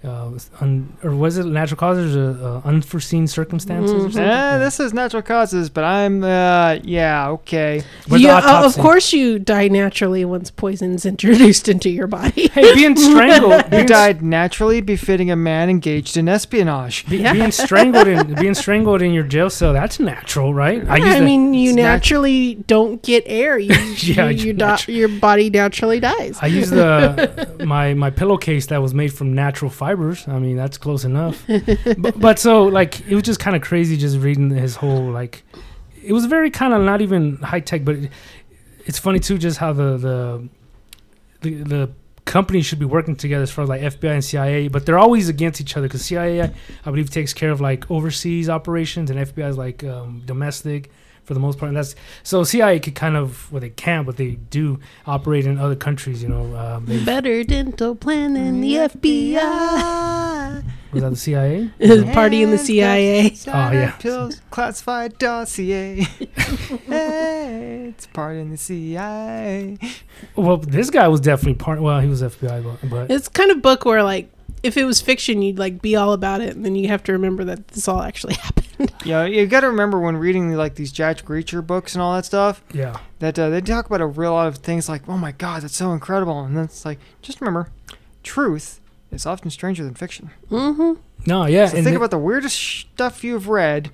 S2: uh, was un- or was it natural causes or uh, unforeseen circumstances? Or
S3: Mhm.
S2: something?
S1: Eh, this is natural causes, but I'm, uh, yeah, okay.
S2: But the
S3: Yeah, uh, of
S2: autopsy-
S3: course you die naturally once poison's introduced into your body.
S2: Hey, being strangled.
S1: He
S2: being
S1: died naturally befitting a man engaged in espionage.
S2: Be- Being strangled in being strangled in your jail cell—that's natural, right?
S3: I,
S2: used to-
S3: mean, you
S1: it's nat-
S3: naturally don't get air. You,
S2: Yeah,
S3: you,
S2: you
S3: you di- your body naturally dies.
S2: I use the my my pillowcase that was made from natural fibers. I mean, that's close enough. but, but so like it was just kind of crazy just reading his whole like it was very kind of not even high tech, but it, it's funny too just how the the the, the companies should be working together as far as like FBI and CIA, but they're always against each other because CIA I, I believe takes care of like overseas operations and FBI is like um, domestic for the most part. And that's so CIA could kind of well they can, but they do operate in other countries. You know, um, they,
S3: Better dental plan than the FBI.
S2: was that the CIA?
S3: Party in the
S1: Oh,
S3: CIA.
S1: Cider
S2: yeah.
S1: Pills, classified dossier. Hey, it's part in the CIA.
S2: Well, this guy was definitely part. Well, he was FBI, but, but
S3: It's kind of book where like if it was fiction, you'd like be all about it, and then you have to remember that this all actually happened.
S1: Yeah, you got to remember when reading like these Jack Reacher books and all that stuff
S2: yeah,
S1: that uh, they talk about a real lot of things like, oh my god, that's so incredible, and then it's like, just remember, truth is often stranger than fiction.
S3: Mm-hmm.
S2: no, yeah.
S1: So
S2: and
S1: think
S2: the-
S1: about the weirdest stuff you've read,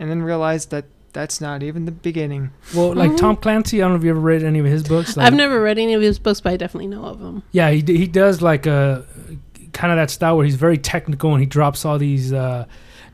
S1: and then realize that that's not even the beginning.
S2: well, like Tom Clancy. I don't know if you ever read any of his books. Like,
S3: Mm-hmm. I've never read any of his books, but I definitely know of them.
S2: Yeah, he d- he does like a kind of that style where he's very technical and he drops all these uh,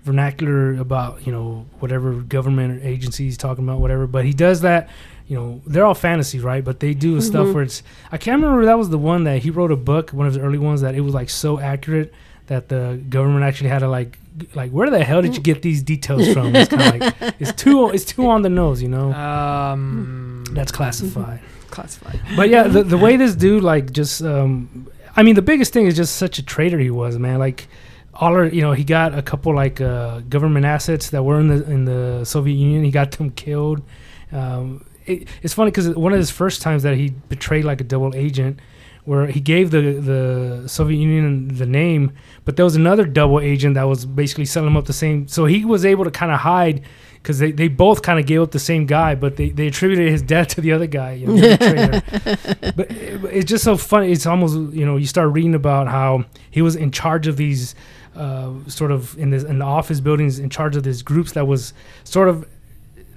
S2: vernacular about you know whatever government or agency he's talking about, whatever. But he does that. You know, they're all fantasy, right? But they do stuff
S3: Mhm.
S2: where it's. I can't remember. if That was the one that he wrote a book, one of his early ones, that it was like so accurate that the government actually had to like, g- like, where the hell did you get these details from? It's kind of like it's too it's too on the nose, you know.
S1: Um,
S2: Oh.
S1: Hmm,
S2: That's classified
S1: classified.
S2: but yeah, the, the way this dude like just um, I mean the biggest thing is just such a traitor he was, man. Like all our, you know, he got a couple like uh, government assets that were in the in the Soviet Union. He got them killed. Um, it, it's funny because one of his first times that he betrayed like a double agent. Where he gave the, the Soviet Union the name, but there was another double agent that was basically selling him up the same. So he was able to kind of hide because they, they both kind of gave up the same guy, but they, they attributed his death to the other guy. You know, the traitor. but it- but it's just so funny. It's almost you know you start reading about how he was in charge of these uh, sort of in this in the office buildings in charge of these groups that was sort of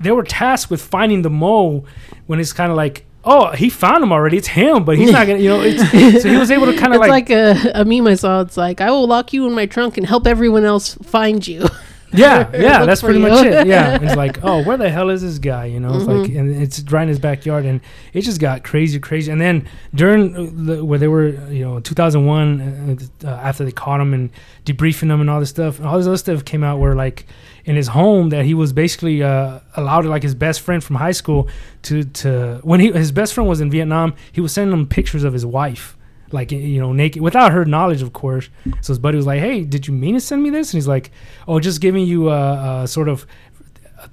S2: they were tasked with finding the mole when it's kind of like. Oh, he found him already. It's him, but he's not gonna, you know. It's, so he was able to kind of
S3: It's like, a, a meme I saw. It's like, I will lock you in my trunk and help everyone else find you.
S2: Yeah, yeah,
S3: Look
S2: that's
S3: for
S2: pretty
S3: you.
S2: much it. Yeah, it's like, oh, where the hell is this guy? You know, it's like, and it's right in his backyard, and it just got crazy, crazy. And then during uh, the, where they were, you know, 2001, uh, uh, after they caught him and debriefing him and all this stuff, and all this other stuff came out where like in his home that he was basically uh, allowed like his best friend from high school to to when he his best friend was in Vietnam, he was sending him pictures of his wife. Like you know, naked without her knowledge, of course. So his buddy was like, "Hey, did you mean to send me this?" And he's like, oh, just giving you uh, uh, sort of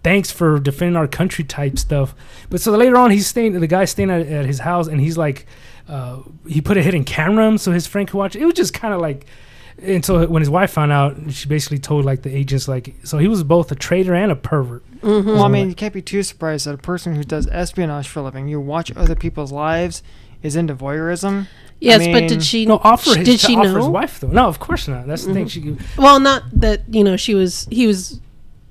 S2: thanks for defending our country type stuff. But so later on, he's staying. The guy's staying at, at his house, and he's like, uh, he put a hidden camera on so his friend could watch. It was just kind of like. And so when his wife found out, she basically told like the agents like so he was both a traitor and a pervert.
S3: Mm-hmm.
S1: Well, I mean, you can't be too surprised that a person who does espionage for a living, you watch other people's lives, is into voyeurism.
S3: yes, but
S1: mean-
S3: did she?
S2: No, offer his,
S3: did
S2: to
S3: she
S2: offer his
S3: know? Mm-hmm.
S2: wife though. No, of course not. That's the thing. She
S3: Well, not that you know she was. He was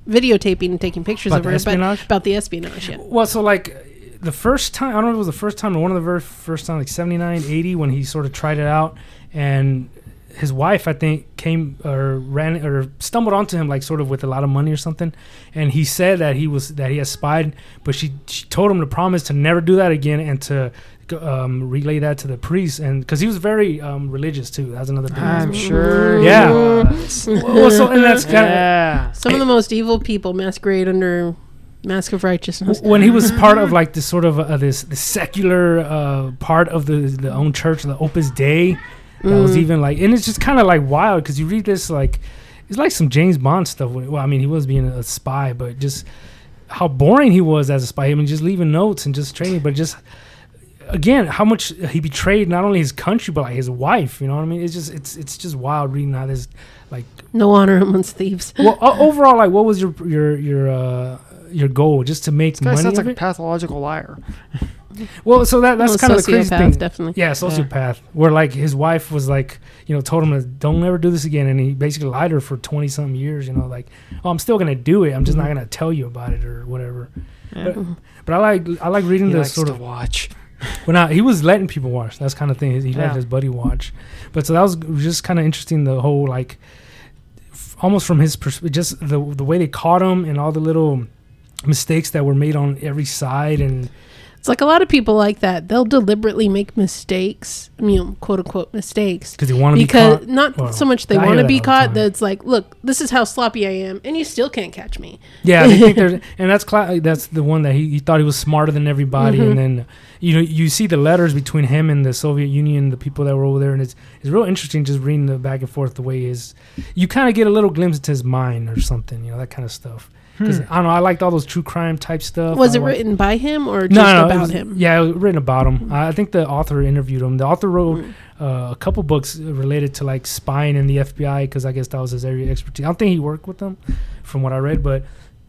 S3: videotaping and taking pictures
S2: About
S3: of
S2: the
S3: her,
S2: espionage?
S3: but about the espionage. Yeah.
S2: Well, so like the first time, I don't know if it was the first time or one of the very first time, like 79, 80, when he sort of tried it out. And his wife, I think, came or ran or stumbled onto him, like sort of with a lot of money or something. And he said that he was, that he had spied, but she, she told him to promise to never do that again and to um, relay that to the priest. And because he was very um, religious too. That's another thing.
S1: I'm sure. he
S2: Yeah.
S1: was.
S2: well, so, and that's kind of.
S1: yeah.
S3: Some of the most evil people masquerade under mask of righteousness.
S2: when he was part of like this sort of uh, this the secular uh, part of the the own church, the Opus Dei, that
S3: Mm,
S2: was
S1: Mm.
S2: even like, and it's just kind of like wild because you read this like it's like some James Bond stuff. where- Well, I mean, he was being a spy, but just how boring he was as a spy. I mean, just leaving notes and just training, but just again, how much he betrayed not only his country but like his wife. You know what I mean? It's just it's it's just wild reading how this like
S3: No honor amongst thieves.
S2: well o- overall like what was your your your uh, your goal just to make
S1: This guy
S2: money.
S1: sounds
S2: of
S1: like a
S2: it?
S1: pathological liar.
S2: Well, so that that's
S3: Well,
S2: kind of the crazy
S3: sociopath,
S2: thing.
S3: Definitely.
S2: Yeah, sociopath. Where like his wife was like, you know, told him to don't ever do this again, and he basically lied to her for twenty some years. You know, like, oh, I'm still gonna do it. I'm just not gonna tell you about it or whatever.
S1: Yeah.
S2: But, but I like I like reading
S1: He
S2: the
S1: likes
S2: sort
S1: to
S2: of
S1: watch.
S2: well, not he was letting people watch. That's kind of thing. He let
S1: Yeah.
S2: his buddy watch. But so that was just kind of interesting. The whole like, f- almost from his perspective, just the the way they caught him and all the little mistakes that were made on every side and
S3: It's like a lot of people like that. They'll deliberately make mistakes, I mean, quote unquote mistakes,
S2: because they want to be
S3: because
S2: caught.
S3: not
S2: Well,
S3: so much they
S2: I hear
S3: want to
S2: that
S3: be
S2: all the
S3: caught.
S2: time.
S3: That it's like, look, this is how sloppy I am, and you still can't catch me.
S2: Yeah, they think there's, and that's cla- that's the one that he, he thought he was smarter than everybody,
S3: Mm-hmm.
S2: and then you know you see the letters between him and the Soviet Union, the people that were over there, and it's it's real interesting just reading the back and forth the way is. You kind of get a little glimpse into his mind or something, you know that kind of stuff.
S1: Hmm.
S2: Because I don't know, I liked all those true crime type stuff.
S3: Hmm. Was
S2: I
S3: it
S2: liked-
S3: written by him or just
S2: no, no, it
S3: about
S2: was-
S3: him? Hmm.
S2: Yeah, it was written about him. I I think the author interviewed him. The author wrote uh, a couple books related to like spying in the FBI because I guess that was his area of expertise. I don't think he worked with them, from what I read, but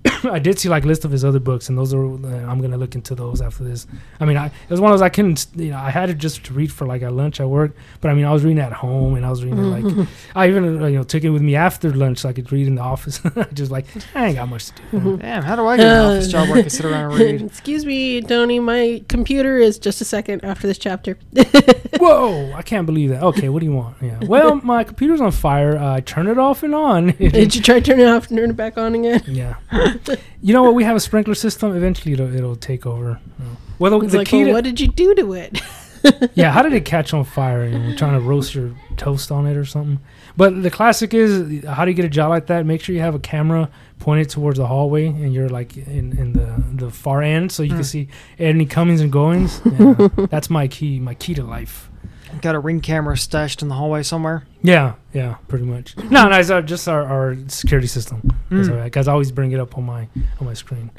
S2: I did see like list of his other books, and those are uh, I'm gonna look into those after this. I mean, I, it was one of those I couldn't, you know, I had it just to read for like at lunch at work, but I mean, I was reading at home and I was reading it,
S3: Mm-hmm.
S2: like I even uh, you know took it with me after lunch so I could read in the office. just like I ain't got much to do.
S1: Damn, how do I get an office job where I can sit around and read?
S3: Excuse me, Tony. My computer is just a second after this chapter.
S2: Whoa! I can't believe that. Okay, what do you want? Yeah. Well, my computer's on fire. Uh, I turn it off and on.
S3: Did you try turning it off and turn it back on again?
S2: yeah. You know what? We have a sprinkler system. Eventually, it'll, it'll take over. Yeah. Well, the,
S3: It's
S2: the
S3: like,
S2: key.
S3: well,
S2: to-
S3: what did you do to it?
S2: yeah. How did it catch on fire? You know, trying to roast your toast on it or something. But the classic is how do you get a job like that? Make sure you have a camera pointed towards the hallway, and you're like in, in the the far end, so you
S3: Hmm.
S2: can see any comings and goings. Yeah. That's my key. My key to life.
S1: Got a ring camera stashed in the hallway somewhere.
S2: Yeah, yeah, pretty much. No, no, it's our, just our, our security system. That's
S3: Hmm.
S2: all right, guys. I always bring it up on my on my screen.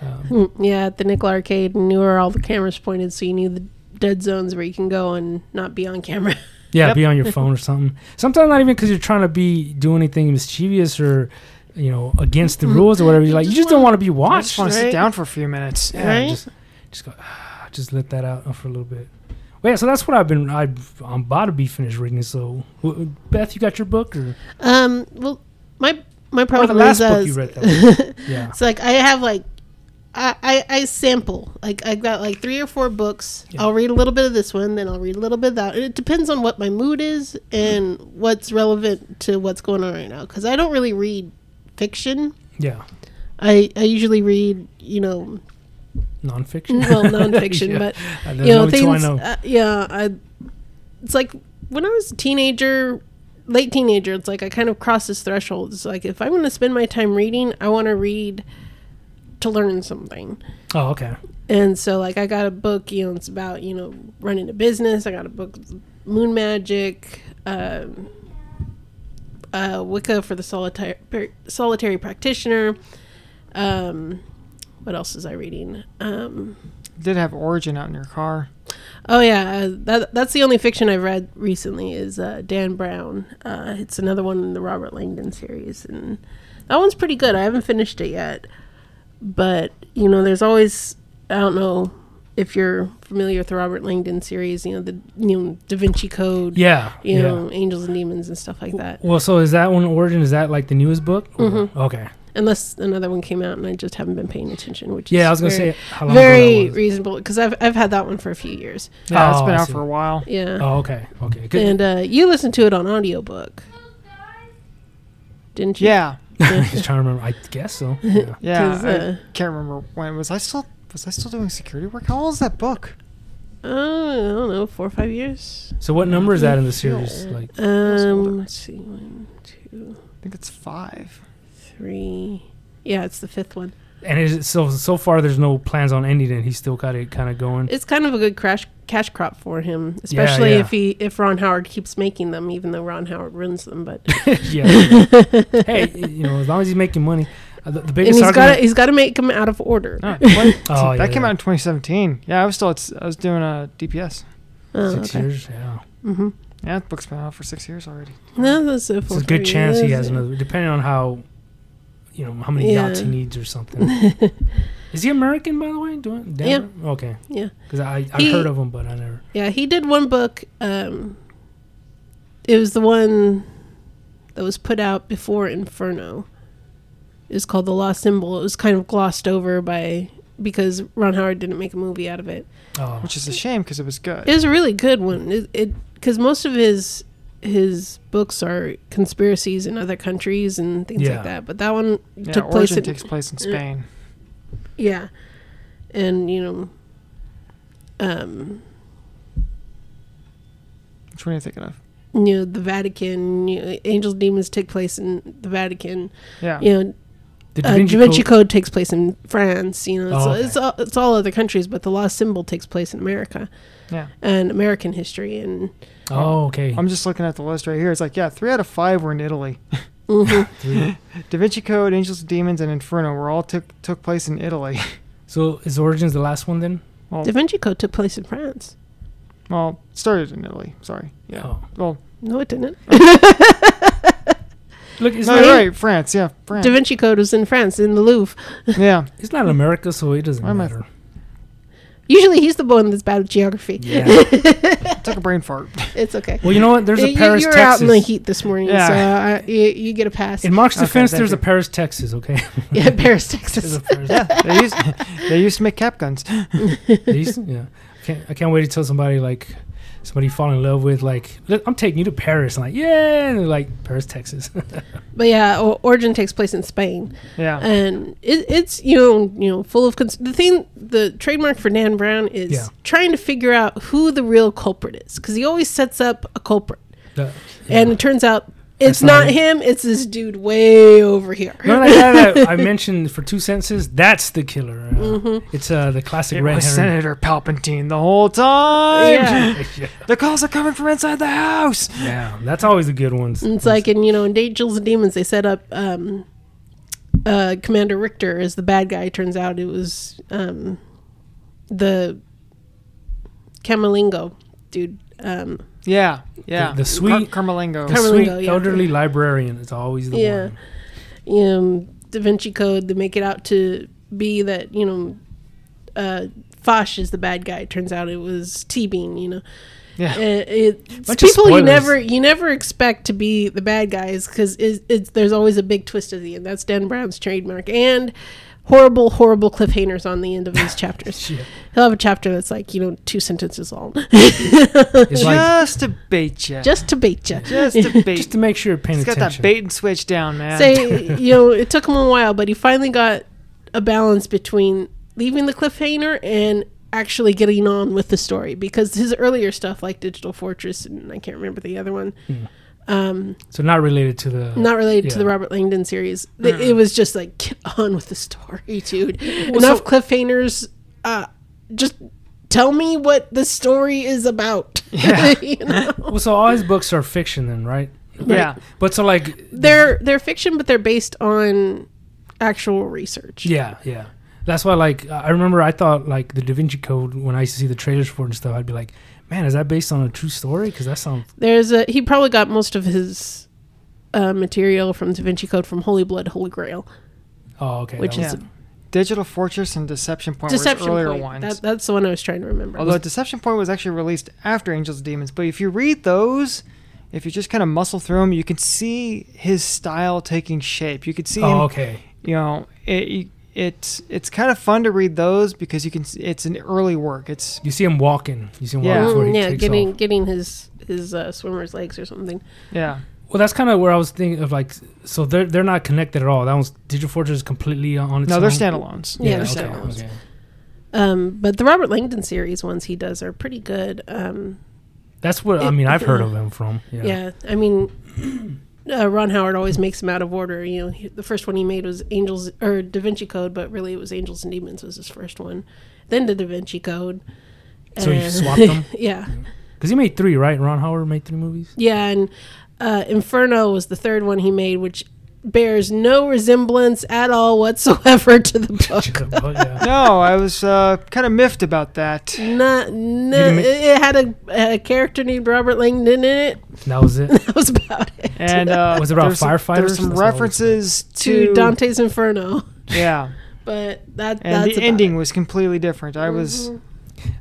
S2: Um,
S3: Mm, yeah, at the Nickel Arcade, and knew where all the cameras pointed, so you knew the dead zones where you can go and not be on camera.
S2: yeah,
S1: Yep.
S2: be on your phone or something. Sometimes not even because you're trying to be do anything mischievous or you know, against
S3: Mm-hmm.
S2: the rules or whatever. You're like, you just don't want to be
S1: I
S2: watched.
S1: just want to sit
S3: right?
S1: down for a few minutes.
S2: Yeah,
S3: Right?
S2: just, just go, ah, just let that out for a little bit. Well, yeah, so that's what I've been. I've, I'm about to be finished reading. it, So, wh- Beth, you got your book, or
S3: Um, well, my my
S2: or the
S3: problem
S2: last
S3: is uh,
S2: book you read? That yeah,
S3: So like I have like I, I I sample like I've got like three or four books.
S2: Yeah.
S3: I'll read a little bit of this one, then I'll read a little bit of that. It depends on what my mood is and what's relevant to what's going on right now. Because I don't really read fiction.
S2: yeah,
S3: I I usually read you know
S2: nonfiction.
S3: well nonfiction,
S2: Yeah.
S3: but
S2: I
S3: you know
S2: which one I
S3: things.
S2: know.
S3: Uh, yeah, I, it's like when I was a teenager, late teenager. It's like I kind of crossed this threshold. It's like if I'm going to spend my time reading, I want to read to learn something.
S2: Oh, okay.
S3: And so, like, I got a book, you know, it's about, you know, running a business. I got a book, Moon Magic, um, uh, Wicca for the solitary, solitary practitioner. Um, what else is I reading? Um,
S1: You did have Origin out in your car.
S3: oh, yeah, uh, that, that's the only fiction I've read recently is uh, Dan Brown. Uh, it's another one in the Robert Langdon series. And that one's pretty good. I haven't finished it yet. but you know there's always i don't know if you're familiar with the robert langdon series you know the you know da vinci code
S2: Yeah,
S3: you
S2: yeah.
S3: know angels and demons and stuff like that
S2: Well, so is that one Origin? Is that like the newest book? Or-
S3: Mm-hmm.
S2: Okay.
S3: unless another one came out and i just haven't been paying attention which
S2: Yeah, I was
S3: is
S2: gonna
S3: very,
S2: say how long
S3: very
S2: ago that was.
S3: reasonable because I've, I've had that one for a few years
S1: Yeah, it's
S2: Oh,
S1: been
S2: I
S1: out
S2: see.
S1: for a while.
S3: yeah
S2: Oh, okay, okay. Good.
S3: and uh, you listened to it on audiobook didn't you
S1: Yeah,
S3: uh,
S2: Just trying to remember. I guess so. Yeah.
S1: yeah.
S3: 'Cause,
S1: I
S3: uh,
S1: can't remember when was I still was I still doing security work? How old is that book?
S3: oh, i don't know four or five years
S2: So what number is that in the series? Like,
S3: um let's see one two
S1: I think it's five.
S3: three yeah it's the fifth one
S2: and is it, so so far there's no plans on ending it. He's still got it kind of going.
S3: It's kind of a good crash cash crop for him,
S2: Hmm. Yeah,
S3: especially
S2: yeah.
S3: if he if Ron Howard keeps making them, even though Ron Howard runs them. But
S2: yeah. hey, you know, as long as he's making money, uh, the, the
S3: and
S2: biggest
S3: he's got to
S2: argument.
S3: he's got to make them out of order.
S1: No, what?
S2: Oh,
S1: that
S2: yeah,
S1: came
S2: yeah.
S1: out in 2017. Yeah, I was still at, s- I was doing a DPS.
S3: Oh,
S2: six
S3: okay.
S2: years. Yeah,
S3: Mm-hmm.
S1: Yeah, that book's been out for six years already.
S3: No, that's a,
S2: it's a good chance he has another. Depending on how, you know, how many
S3: Yeah.
S2: yachts he needs or something. is he American, by the way? Doing
S3: Yeah.
S2: Okay.
S3: Yeah.
S2: Because I I
S3: He-
S2: heard of him, but I never.
S3: Yeah, he did one book. Um, it was the one that was put out before Inferno. It was called The Lost Symbol. It was kind of glossed over by because Ron Howard didn't make a movie out of it.
S2: Oh,
S1: Which is a shame because it was good.
S3: It was a really good one. It- It because most of his his books are conspiracies in other countries and things
S2: Yeah.
S3: like that. But that one
S1: yeah,
S3: took place
S1: Origin
S3: in
S1: takes place in Spain.
S3: yeah, and you know, um,
S1: Which one are you thinking of?
S3: you know the Vatican, you know, angels, demons take place in the Vatican.
S1: Yeah.
S3: You know,
S2: the
S3: uh, Da Vinci,
S2: Code-
S3: Code. takes place in France. You know, it's,
S2: Oh, okay.
S3: it's all it's all other countries, but the Lost Symbol takes place in America
S1: Yeah.
S3: and American history and.
S2: Oh, okay.
S1: I'm just looking at the list right here. It's like, yeah, three out of five were in Italy.
S3: Mhm.
S2: Three.
S1: Da Vinci Code, Angels and Demons, and Inferno were all took took place in Italy.
S2: So is Origins the last one then?
S1: Well,
S3: da Vinci Code took place in France.
S1: well, started in Italy. Sorry. Yeah.
S2: Oh.
S1: Well,
S3: No, it didn't.
S2: Look, it's
S1: no,
S2: not,
S1: you're right. France. Yeah, France.
S3: Da Vinci Code was in France in the Louvre.
S1: yeah.
S2: it's not America, so it doesn't
S1: Why am I-
S2: matter.
S3: Usually, he's the one that's bad at geography.
S2: Yeah.
S1: Took a brain fart.
S3: It's okay.
S2: well, you know what? There's
S3: You-
S2: a
S3: you-
S2: Paris,
S3: you were
S2: Texas.
S3: out in the heat this morning,
S1: Yeah.
S3: so I, you, you get a pass.
S2: In Mark's
S1: Okay,
S2: defense,
S1: thank
S2: there's a
S1: you.
S2: Paris, Texas. Okay.
S3: yeah, Paris,
S2: There's
S3: Texas.
S2: a Paris-
S1: Yeah, they used they used to make cap guns.
S2: These- yeah. I can't, I can't wait until somebody like somebody you fall in love with like "Look, I'm taking you to Paris. I'm like yeah, and they're like Paris, Texas.
S3: But yeah, o- Origin takes place in Spain,
S1: Yeah,
S3: and it, it's you know you know full of cons- the thing. The trademark for Dan Brown is
S2: Yeah.
S3: trying to figure out who the real culprit is because he always sets up a culprit,
S2: The-
S3: and it turns out
S2: That's
S3: it's
S2: not
S3: not him. It's this dude way over here.
S2: no, that guy that I mentioned for two sentences, that's the killer. Uh,
S3: Mm-hmm.
S2: It's uh, the classic
S1: it
S2: red
S1: was
S2: herring.
S1: Senator Palpatine the whole time.
S3: Yeah.
S2: yeah.
S1: The calls are coming from inside the house.
S2: yeah, that's always the good ones.
S3: And it's like in you know in Angels and Demons they set up um, uh, Commander Richter as the bad guy. Turns out it was um, the Camalingo dude. Um,
S1: Yeah, yeah.
S2: the sweet-
S1: Car- Carmelingo.
S2: the
S3: Carmelingo,
S2: sweet
S3: yeah.
S2: elderly librarian is always the
S3: Yeah.
S2: one.
S3: you know, um, Da Vinci Code, they make it out to be that you know, uh, Fosh is the bad guy. Turns out it was T Bean. You know,
S1: Yeah.
S3: Uh, it, it's
S2: Bunch of
S3: people you
S2: spoilers.
S3: never you never expect to be the bad guys because it's, it's there's always a big twist at the end. That's Dan Brown's trademark and. Horrible, horrible cliffhangers on the end of his chapters.
S2: Shit.
S3: He'll have a chapter that's like, you know, two sentences long.
S2: It's like
S1: just to bait you. Just,
S3: just to bait you.
S1: to bait.
S2: just to make sure you're paying
S1: He's got that
S2: attention.
S1: bait and switch down, man.
S3: Say, you know, it took him a while, but he finally got a balance between leaving the cliffhanger and actually getting on with the story because his earlier stuff, like Digital Fortress, and I can't remember the other one,
S2: Hmm.
S3: um,
S2: so not related to the.
S3: not related to
S2: Yeah. Hmm.
S3: the Robert Langdon series. Th- It was just like, get on with the story, dude. Enough cliffhangers. Uh, just tell me what the story is about. you know?
S2: Well, so all his books are fiction, then, right?
S1: yeah.
S2: But so like
S3: They're they're fiction, but they're based on actual research.
S2: Yeah, yeah. That's why, like, I I remember I thought, like, the Da Vinci Code, when I used to see the trailers for it and stuff, I'd be like, man, is that based on a true story? Because that sounds.
S3: There's a he probably got most of his uh, material from Da Vinci Code from Holy Blood, Holy Grail,
S2: Oh, okay.
S3: which
S2: that
S3: is
S1: was-
S3: a
S1: Digital Fortress and Deception Point
S3: Deception
S1: were his earlier
S3: Point.
S1: ones.
S3: That, that's the one I was trying to remember.
S1: Although Deception Point was actually released after Angels and Demons, but if you read those, if you just kind of muscle through them, you can see his style taking shape. You can see
S2: was-
S1: him,
S2: Oh, okay.
S1: you know, it, you- it's it's kind of fun to read those because you can. s- It's an early work. It's
S2: You see him walking. You see him
S1: Yeah.
S2: walking before
S3: Mm,
S2: he
S3: yeah,
S2: takes
S3: getting
S2: off.
S3: getting his his uh, swimmer's legs or something.
S1: yeah,
S2: Well, that's kind of where I was thinking of, like, so they're they're not connected at all. That one's Digital Fortress is completely on its
S1: no,
S2: own.
S1: they're standalones.
S3: Yeah, they're
S2: okay,
S3: standalones.
S2: okay.
S3: Um, but the Robert Langdon series ones he does are pretty good. Um,
S2: That's what I mean. I've heard of him from. Yeah.
S3: yeah. I mean, uh, Ron Howard always makes them out of order. You know, he, the first one he made was Angels or Da Vinci Code, but really it was Angels and Demons was his first one. Then the Da Vinci Code.
S2: So he
S3: Uh,
S2: swapped them
S3: yeah,
S2: because he made three, right? Ron Howard made three movies.
S3: Yeah, and uh, Inferno was the third one he made, which bears no resemblance at all whatsoever to the book.
S2: But, yeah.
S1: no, I was uh, kind of miffed about that.
S3: Not, no,
S2: didn't ma-
S3: it it had a, a character named Robert Langdon in it.
S2: That was it.
S3: That was about it.
S1: And uh,
S2: Was it about
S1: there's some-
S2: firefighters?
S1: There's some
S2: That's what I was
S1: references to,
S3: To, Dante's Inferno,
S1: Yeah,
S3: but that
S1: and
S3: that's Mm-hmm.
S1: the ending was completely different. I was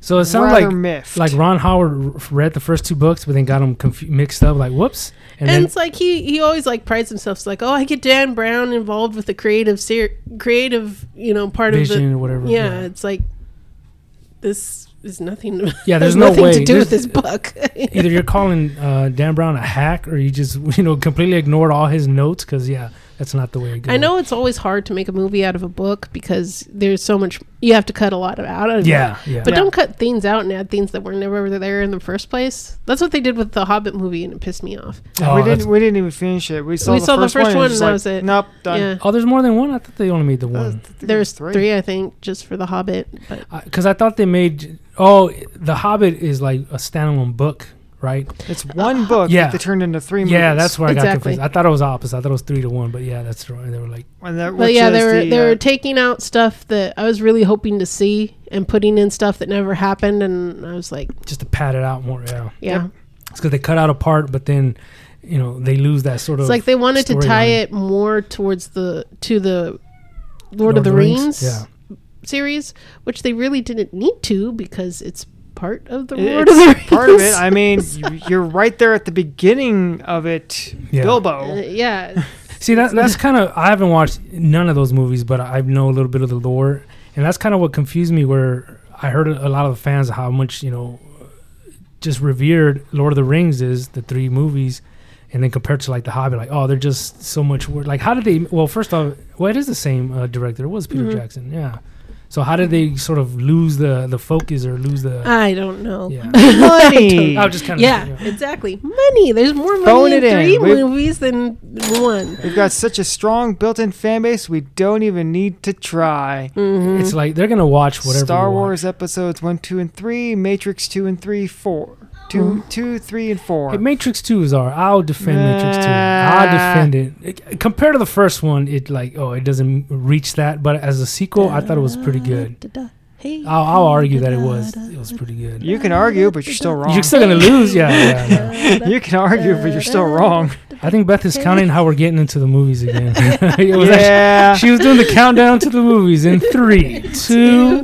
S2: So it sounds
S1: rather
S2: like
S1: miffed.
S2: like Ron Howard r- read the first two books, but then got them confu- mixed up. Like, whoops! And,
S3: And,
S2: then
S3: it's like he, he always like prides himself. It's like, oh, I get Dan Brown involved with the creative ser- creative you know part
S2: vision
S3: of
S2: or whatever.
S3: the yeah, It's like this is nothing.
S2: Yeah,
S3: has
S2: there's no
S3: nothing
S2: way.
S3: to do with
S2: There's-
S3: this book.
S2: Either you're calling uh, Dan Brown a hack, or you just you know completely ignored all his notes because yeah, that's not the way it goes.
S3: I know it's always hard to make a movie out of a book because there's so much you have to cut a lot of out of it.
S2: Yeah, yeah.
S3: But
S1: Yeah.
S3: don't cut things out and add things that were never there in the first place. That's what they did with the Hobbit movie and it pissed me off.
S2: oh,
S1: we
S2: that's-
S1: didn't. We didn't even finish it. We saw, the, first one.
S3: one
S1: and
S3: and that
S1: was
S3: was
S1: like,
S3: it.
S1: Nope, done.
S3: yeah.
S2: oh, there's more than one. I thought they only made the
S1: Uh,
S2: one
S1: th- th-
S3: There's three. three, I think, just for the Hobbit. But
S2: because I thought they made. Oh, the Hobbit is like a standalone book, right?
S1: It's one book
S2: yeah.
S1: that they turned into three movies.
S2: Yeah, that's where I got
S3: Exactly.
S2: confused. I thought it was opposite. I thought it was three to one, but yeah, that's right. They were like,
S1: And that-
S3: but
S1: which
S3: yeah, they
S1: is
S3: were
S1: the,
S3: they
S1: uh,
S3: were taking out stuff that I was really hoping to see and putting in stuff that never happened, and I was like,
S2: just to pad it out more. Yeah.
S3: yeah,
S1: Yep.
S2: It's because they cut out a part, but then, you know, they lose that sort of.
S3: it's like they wanted to tie
S2: storyline.
S3: it more towards the to the Lord, of the, Rings.
S2: Yeah,
S3: series, which they really didn't need to because it's part of the
S1: it-
S3: Lord of the Rings.
S1: it's uh, part of it. I mean, you, you're right there at the beginning of it,
S2: Yeah.
S3: Uh,
S1: Bilbo.
S3: yeah,
S2: see that that's kind of I haven't watched none of those movies, but I know a little bit of the lore, and that's kind of what confused me. Where I heard a lot of the fans how much you know, just revered Lord of the Rings is the three movies, and then compared to like The Hobbit, like oh they're just so much wor Like how did they? Well, first off, well it is the same uh, director. It was Peter
S3: Mhm.
S2: Jackson. Yeah. So how did they sort of lose the the focus or lose the?
S3: I don't know. Yeah,
S2: yeah.
S1: Money.
S2: I was just kind of
S3: exactly. Money. There's more
S1: Phone
S3: money
S1: it
S3: in
S1: in.
S3: three
S1: We've-
S3: movies than one.
S1: We've got such a strong built-in fan base. We don't even need to try.
S3: Mhm.
S2: It's like they're gonna watch whatever.
S1: Star
S2: we want.
S1: Wars episodes one, two, and three. Matrix two and three, four. Two, two, three, and four.
S2: Hey, Matrix Two is our. I'll defend Matrix Two.
S1: Nah.
S2: I'll defend it. it. Compared to the first one, it like oh, it doesn't reach that. But as a sequel, I thought it was pretty good.
S3: Da-da. Hey,
S2: I'll, I'll argue that it was. It was pretty good.
S1: you can argue, but you're still wrong.
S2: You're still gonna lose. Yeah. yeah, yeah.
S1: You can argue, but you're still wrong.
S2: I think Beth is counting how we're getting into the movies again. It was actually-
S1: yeah,
S2: she was doing the countdown to the movies in three, two.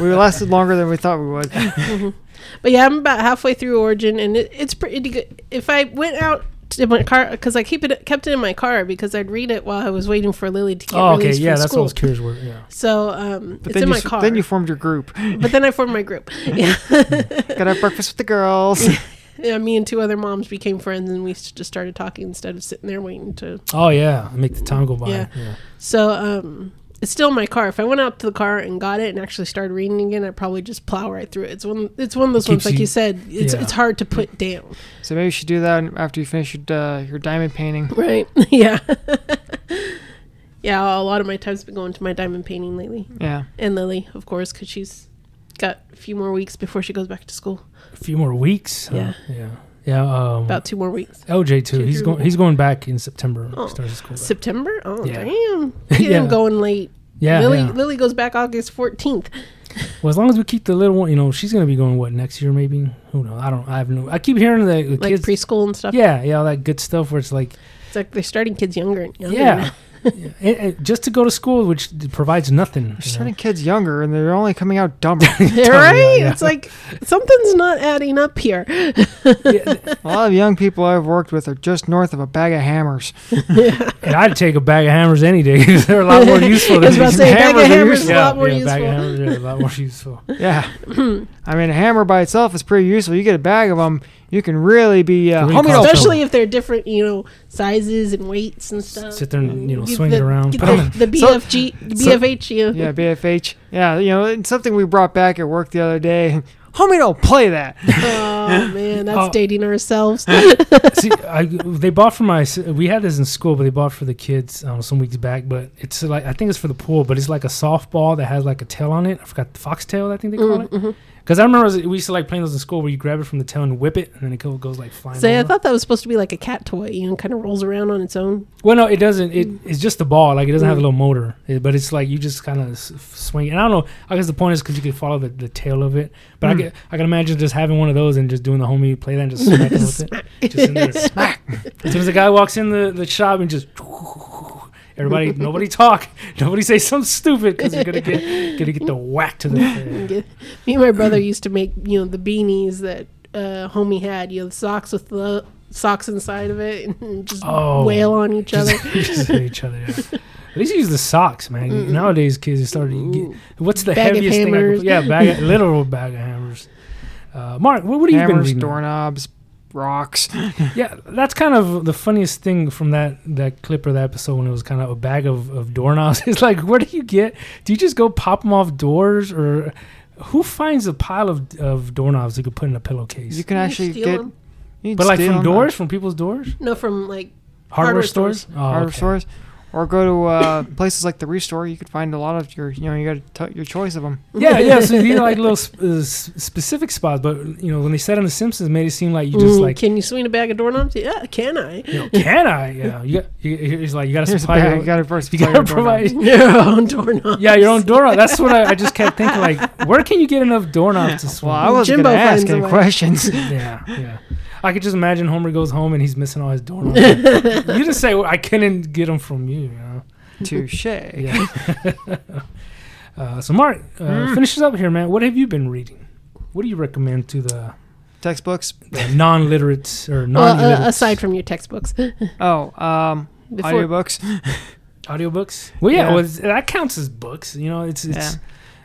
S1: we lasted longer than we thought we would.
S3: Mhm. But yeah, I'm about halfway through Origin, and it, it's pretty good. If I went out to my car, because I keep it kept it in my car because I'd read it while I was waiting for Lily to get
S2: Oh, okay.
S3: released
S2: Yeah,
S3: from
S2: that's what I
S3: school.
S2: was curious about. Yeah.
S3: so um,
S1: But
S3: it's
S1: then
S3: in
S1: you
S3: my
S1: s-
S3: car.
S1: then you formed your group.
S3: but then I formed my group. Yeah.
S1: Got to have breakfast with the girls.
S3: yeah, me and two other moms became friends, and we s- just started talking instead of sitting there waiting to.
S2: Oh, yeah. Make the time go by.
S3: Yeah.
S2: Yeah.
S3: So um, it's still in my car. If I went out to the car and got it and actually started reading again, I'd probably just plow right through it. It's one. It's one of those
S2: It keeps
S3: ones, like you,
S2: you-
S3: said. It's
S2: yeah.
S3: it's hard to put down.
S1: So maybe you should do that after you finish your uh, your diamond painting.
S3: Right. Yeah. yeah. A lot of my time's been going to my diamond painting
S2: Mm-hmm.
S3: lately,
S1: Yeah,
S3: and Lily, of course, because she's got a few more weeks before she goes back to school.
S2: A few more weeks.
S3: Yeah.
S2: Uh, yeah. Yeah. Um,
S3: About two more weeks.
S2: LJ too. He's
S3: Two-
S2: going. He's going back in September.
S3: Oh,
S2: starts his school. back.
S3: September. Oh
S2: Yeah.
S3: damn! Look at
S2: Yeah.
S3: him going late.
S2: yeah.
S3: Lily.
S2: yeah.
S3: Lily goes back August fourteenth.
S2: Well, as long as we keep the little one, you know, she's gonna be going what next year maybe. Who knows? I don't. I have no. I keep hearing that the
S3: Like
S2: kids.
S3: preschool and stuff.
S2: yeah, yeah, all that good stuff where it's like,
S3: It's like they're starting kids younger and younger.
S2: yeah, Yeah, and- and just to go to school, which d- provides nothing.
S1: we're
S2: you know.
S1: starting kids younger, and they're only coming out dumber.
S3: Yeah, right?
S2: Yeah.
S3: It's like something's not adding up here.
S2: Yeah, th-
S1: a lot of young people I've worked with are just north of a bag of hammers.
S2: and I'd take a bag of hammers any day. 'cause They're a lot more useful.
S3: I was
S2: than
S3: about to
S2: these
S3: say, bag of
S1: hammers are
S3: hammers is a
S1: useful.
S3: lot more
S2: yeah, bag of
S3: useful.
S2: hammers are a lot more useful.
S1: Yeah, I mean, a hammer by itself is pretty useful. You get a bag of them, you can really be uh,
S2: Really
S1: homie. no-
S2: cost-
S3: Especially if they're different, you know, sizes and weights and stuff.
S2: Sit there and you know
S3: Get
S2: swing
S3: the,
S2: it around.
S3: get
S2: put 'em in-
S3: the, the
S1: So-
S3: BFG, the
S2: so-
S3: BFH, you know.
S1: Yeah, BFH. Yeah, you know, it's something we brought back at work the other day. Homie, don't play that.
S3: Oh man, that's
S2: Oh.
S3: dating ourselves.
S2: See, I, they bought for my. s- We had this in school, but they bought for the kids um, some weeks back. But it's like I think it's for the pool, but it's like a softball that has like a tail on it. I forgot foxtail. I think they
S3: Mm.
S2: call it. 'Cause it. Because I remember as- we used to like playing those in school, where you grab it from the tail and whip it, and then it go- goes like flying.
S3: Say, I
S2: over.
S3: thought that was supposed to be like a cat toy, you know, kind of rolls around on its own.
S2: well, no, it doesn't. It, it's just the ball. Like it doesn't have a
S3: Mm.
S2: little motor, It- but it's like you just kind of s- swing. it. And I don't know. I guess the point is because you can follow the, the tail of it. But I,
S1: Mm.
S2: can, I can imagine just having one of those and just doing the homie play that and just smacking with it. Just in there. Smack. As soon as the guy walks in the, the shop and just everybody, nobody talk, nobody say something stupid because you're gonna get gonna get the whack to the head.
S3: Me and my brother used to make, you know, the beanies that uh, homie had, you know, the socks with the socks inside of it and just
S2: Oh.
S3: wail on each other.
S2: Just, just hit each other. yeah. At least use the socks, man. Nowadays, kids are starting. to
S3: Ooh.
S2: Get, what's the
S3: Bag of
S2: heaviest thing? I
S3: hammers.
S2: could, yeah, bag of, literal bag of hammers. Uh, Mark, what, what have you been
S1: hammers,
S2: reading?
S1: doorknobs, rocks.
S2: Yeah, that's kind of the funniest thing from that that clip or that episode when it was kind of a bag of, of doorknobs. It's like, where do you get? Do you just go pop them off doors, or who finds a pile of of doorknobs you could put in a pillowcase?
S1: You can
S3: You
S1: actually
S3: steal
S1: get.
S3: 'em?
S1: you can
S2: but like
S1: steal
S2: from
S1: 'em.
S2: doors, from people's doors,
S3: No, from like Hardware
S2: hardware,
S3: stores.
S2: stores, Oh,
S1: hardware
S2: okay.
S1: stores, or go to uh, places like the Restore. You could find a lot of your, you know, you got t- your choice of them.
S2: yeah, yeah. So these are like little sp- uh, s- specific spots, but you know when they said on The Simpsons, it made it seem like you just
S3: Mm,
S2: like.
S3: can you swing a bag of doorknobs? Yeah, can I?
S2: You know, can I? Yeah, you got, you, it's like you got to
S1: Here's a
S2: supply.
S1: bag.
S2: your-
S1: You got to first.
S2: You
S1: play
S2: got
S1: your
S2: to
S1: doorknob.
S2: provide.
S3: Your own doorknob.
S2: Yeah, your own doorknob. That's what I, I just kept thinking. Like, where can you get enough doorknobs to swing?
S1: Well, I wasn't
S3: Jimbo
S1: going to ask
S3: finds a
S1: any
S3: way.
S1: questions.
S2: yeah, yeah. I could just imagine Homer goes home and he's missing all his doorknobs. you didn't say well, I couldn't get them from you. you know?
S1: Touche.
S2: Yeah. uh, so Mark, uh,
S1: Mm.
S2: finishes up here, man. What have you been reading? What do you recommend to the,
S1: Textbooks.
S2: the non-literates or
S3: Well,
S2: non
S3: uh, aside from your textbooks,
S1: Oh, um,
S3: Before-
S1: audiobooks.
S2: audiobooks? Well, yeah,
S1: Yeah.
S2: well, it's- that counts as books. You know, it's it's.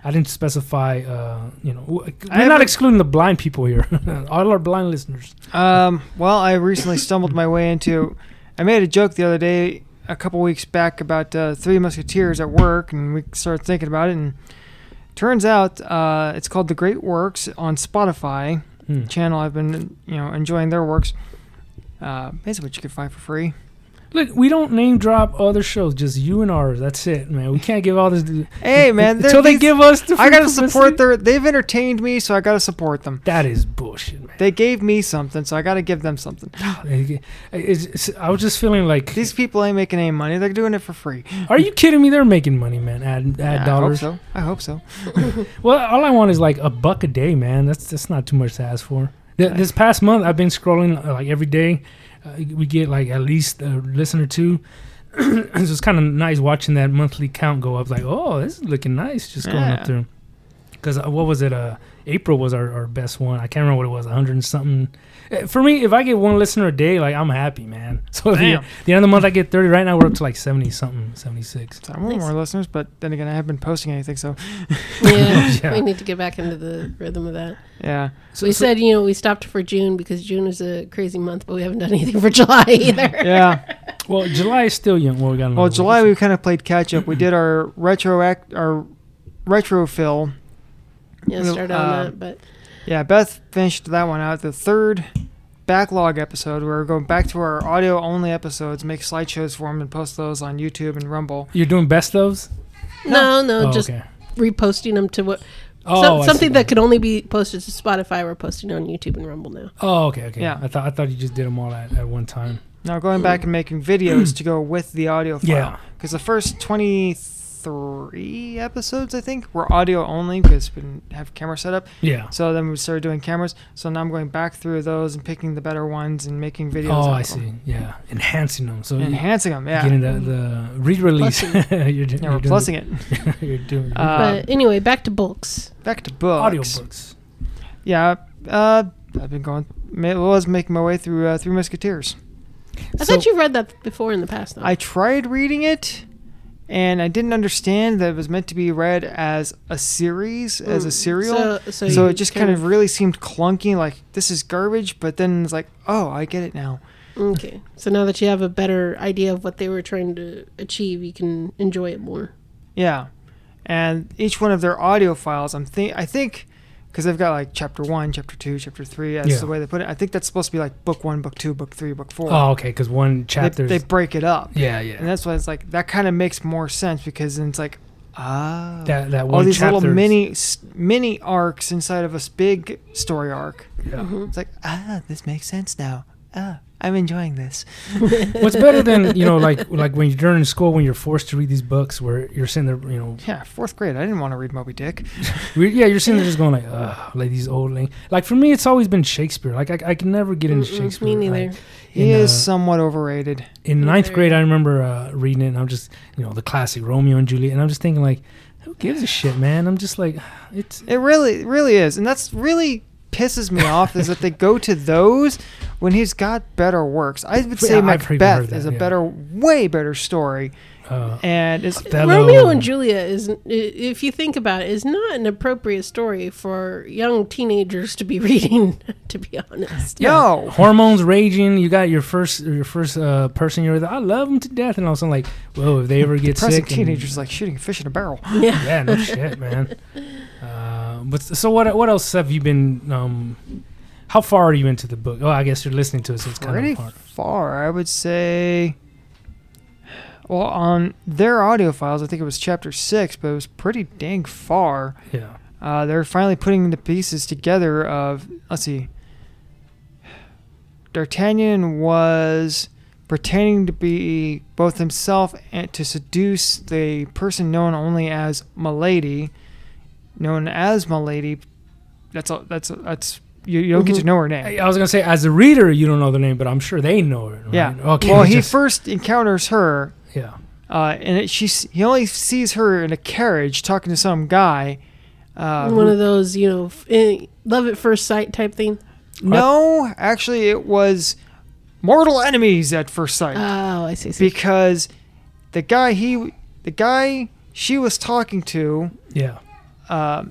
S2: I didn't specify. Uh, you know, w-
S1: I
S2: we're not
S1: haven't-
S2: excluding the blind people here. all our blind listeners.
S1: Um, well, I recently stumbled my way into. I made a joke the other day, a couple weeks back, about uh, Three Musketeers at work, and we started thinking about it. And turns out uh, it's called The Great Works on Spotify
S2: Hmm.
S1: channel. I've been, you know, enjoying their works. Uh, it's what you can find for free.
S2: Look, we don't name drop other shows, just you and ours. That's it, man. We can't give all this.
S1: Hey, man, they're-
S2: until they
S1: these-
S2: give us the
S1: I gotta
S2: free
S1: support
S2: publicity-
S1: their. They've entertained me, so I gotta support them.
S2: That is bullshit, man.
S1: They gave me something, so I gotta give them something.
S2: It's- it's- I was just feeling like,
S1: These people ain't making any money. They're doing it for free.
S2: are you kidding me? They're making money, man. Add add
S1: Yeah,
S2: dollars.
S1: I hope so. I hope so.
S2: Well, all I want is like a buck a day, man. That's that's not too much to ask for. Th- this past month, I've been scrolling uh, like every day. uh, we get like at least a listener two. so it's kind of nice watching that monthly count go up. Like, oh, this is looking nice, just going
S1: Yeah.
S2: up through. Because what was it? Uh, April was our, our best one. I can't remember what it was, 100 and something. Eh, For me, if I get one listener a day, like I'm happy, man. So the,
S1: Damn.
S2: the end of the month, I get 30. Right now, we're up to like 70 something, 76.
S1: So I want more listeners, but then again, I haven't been posting anything, so
S3: Yeah,
S2: Yeah.
S3: we need to get back into the rhythm of that.
S1: yeah.
S2: So
S3: we
S2: so-
S3: said, you know, we stopped for June because June is a crazy month, but we haven't done anything for July either.
S1: Yeah.
S2: well, July is still young. Well, we got
S1: Well,
S2: another
S1: Oh, July
S2: week.
S1: we kind of played catch up. We did our retroact our retrofill.
S3: yeah,
S1: Well,
S3: start on
S1: uh,
S3: that. But
S1: Yeah, Beth finished that one out. The third backlog episode. We're going back to our audio only episodes, make slideshows for them, and post those on YouTube and Rumble.
S2: You're doing best ofs?
S3: no, no,
S2: Oh,
S3: just
S2: okay.
S3: reposting them to what
S2: Oh,
S3: so-
S2: I see
S3: something that could only be posted to Spotify. We're posting on YouTube and Rumble now.
S2: Oh, okay, okay.
S1: Yeah.
S2: I thought I thought you just did them all at, at one time.
S1: Now going back and making videos to go with the audio file.
S2: Yeah.
S1: Because the first 23 episodes, I think, were audio only because we didn't have camera set up.
S2: Yeah.
S1: So then we started doing cameras. So now I'm going back through those and picking the better ones and making videos.
S2: Oh,
S1: out
S2: I
S1: of them.
S2: see. Yeah, enhancing them. So you-
S1: Enhancing them, yeah.
S2: getting the, the re-release.
S3: Plussing.
S2: you're, do-
S1: yeah, we're
S2: you're
S1: plussing it.
S2: Doing, you're doing
S1: Uh,
S3: but anyway, back to bulks.
S1: Back to books.
S2: audiobooks.
S1: Yeah, uh, I've been going. ma- I was making my way through uh, Three Musketeers.
S3: I
S2: So-
S3: thought you read that before in the past. Though.
S1: I tried reading it, and I didn't understand that it was meant to be read as a series, as a
S3: Mm,
S1: serial. So,
S3: So, so, you
S1: it just kind of really seemed clunky. Like this is garbage, but then it's like, oh, I get it now.
S3: okay. So now that you have a better idea of what they were trying to achieve, you can enjoy it more.
S1: Yeah, and each one of their audio files, I'm think I think because they've got like chapter one, chapter two, chapter three. That's
S2: Yeah.
S1: the way they put it. I think that's supposed to be like book one, book two, book three, book four.
S2: Oh, okay, because one
S1: they,
S2: chapter.
S1: they break it up.
S2: yeah,
S1: And
S2: yeah.
S1: that's why it's like that kind of makes more sense because then it's like ah
S2: That that one
S1: all these little
S2: chapters-
S1: mini s- mini arcs inside of a s- big story arc.
S2: Yeah.
S3: Mm-hmm.
S1: It's like ah this makes sense now. Ah, I'm enjoying this.
S2: What's better than you know, like like when you're during school when you're forced to read these books where you're sitting there, you know,
S1: Yeah, fourth grade. I didn't want to read Moby Dick.
S2: we- yeah, you're sitting there just going like, ugh, like these old lang-" like for me it's always been Shakespeare. Like I, I can never get into
S3: Mm-mm,
S2: Shakespeare.
S3: me
S2: like,
S3: neither.
S1: He
S2: in,
S1: is
S2: uh,
S1: somewhat overrated.
S2: in
S3: Me
S2: ninth
S3: neither.
S2: grade, I remember uh, reading it, and I'm just, you know, the classic Romeo and Juliet, and I'm just thinking like, who gives a shit, man? I'm just like, it's
S1: It really, it really is, and that's really pisses me off is that they go to those when he's got better works. I would say
S2: Yeah, I've even heard
S1: Macbeth
S2: that,
S1: is a
S2: yeah.
S1: better, way better story,
S2: uh,
S1: and it's
S2: Othello.
S3: Romeo and Juliet is, i- if you think about it, is not an appropriate story for young teenagers to be reading. To be honest,
S1: no.
S2: hormones raging. You got your first your first uh, person you're with. I love them to death, and all of a sudden like, whoa, if they ever get
S1: Depressing
S2: sick, and-
S1: teenagers like shooting fish in a barrel.
S3: yeah.
S2: yeah, no shit, man. Uh, but so what? What else have you been? Um, how far are you into the book? Oh, I guess you're listening to it, so it's kind
S1: Pretty
S2: of hard.
S1: far, I would say. Well, on their audio files, I think it was chapter six, but it was pretty dang far.
S2: Yeah,
S1: Uh, they're finally putting the pieces together of, let's see, D'Artagnan was pretending to be both himself and to seduce the person known only as Milady, known as Milady. That's all. That's that's you. You don't get to know her name.
S2: I, I was gonna say as a reader, you don't know the name, but I'm sure they know it. Right?
S1: Yeah.
S2: Okay.
S1: well, he
S2: just-
S1: first encounters her,
S2: yeah.
S1: uh, and it, she s- he only sees her in a carriage talking to some guy. Uh,
S2: Um,
S3: one of those you know f- eh, love at first sight type thing.
S1: no, actually, it was mortal enemies at first sight
S3: Oh, I see. see.
S1: because the guy he the guy she was talking to.
S2: Yeah.
S1: Uh,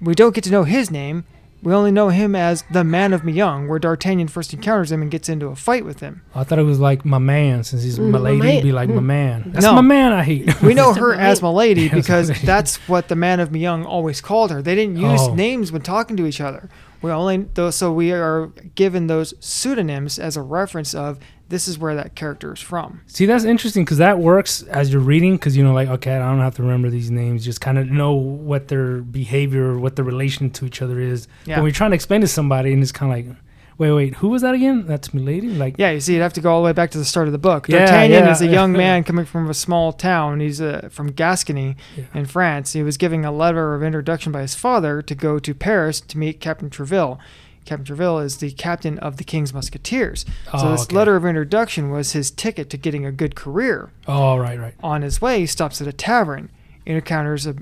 S1: we don't get to know his name. We only know him as the Man of Meung, where D'Artagnan first encounters him and gets into a fight with him.
S2: I thought it was like my man, since he's
S3: Mm,
S2: my
S3: my
S2: lady,
S3: man.
S2: be like my
S3: Mm.
S2: man. That's
S1: No.
S2: my man. I hate.
S1: We know
S3: Mr.
S1: her as
S3: Right.
S1: Milady
S2: Yes,
S1: because
S2: Milady.
S1: that's what the man of Myung always called her. They didn't use
S2: Oh.
S1: names when talking to each other. We only though so we are given those pseudonyms as a reference of this is where that character is from.
S2: See, that's interesting because that works as you're reading because you know, like, okay, I don't have to remember these names. Just kind of know what their behavior, or what their relation to each other is.
S1: Yeah.
S2: But when you're trying to explain to somebody, and it's kind of like, wait, wait, who was that again? That's my lady. Like,
S1: Yeah, you see, you'd have to go all the way back to the start of the book.
S2: Yeah,
S1: D'Artagnan
S2: yeah.
S1: is a young man coming from a small town. He's uh, from Gascony
S2: Yeah.
S1: in France. He was giving a letter of introduction by his father to go to Paris to meet Captain Treville. Captain Treville is the captain of the King's Musketeers. so
S2: Oh,
S1: this
S2: okay.
S1: letter of introduction was his ticket to getting a good career.
S2: Oh, right, right.
S1: On his way, he stops at a tavern and encounters a,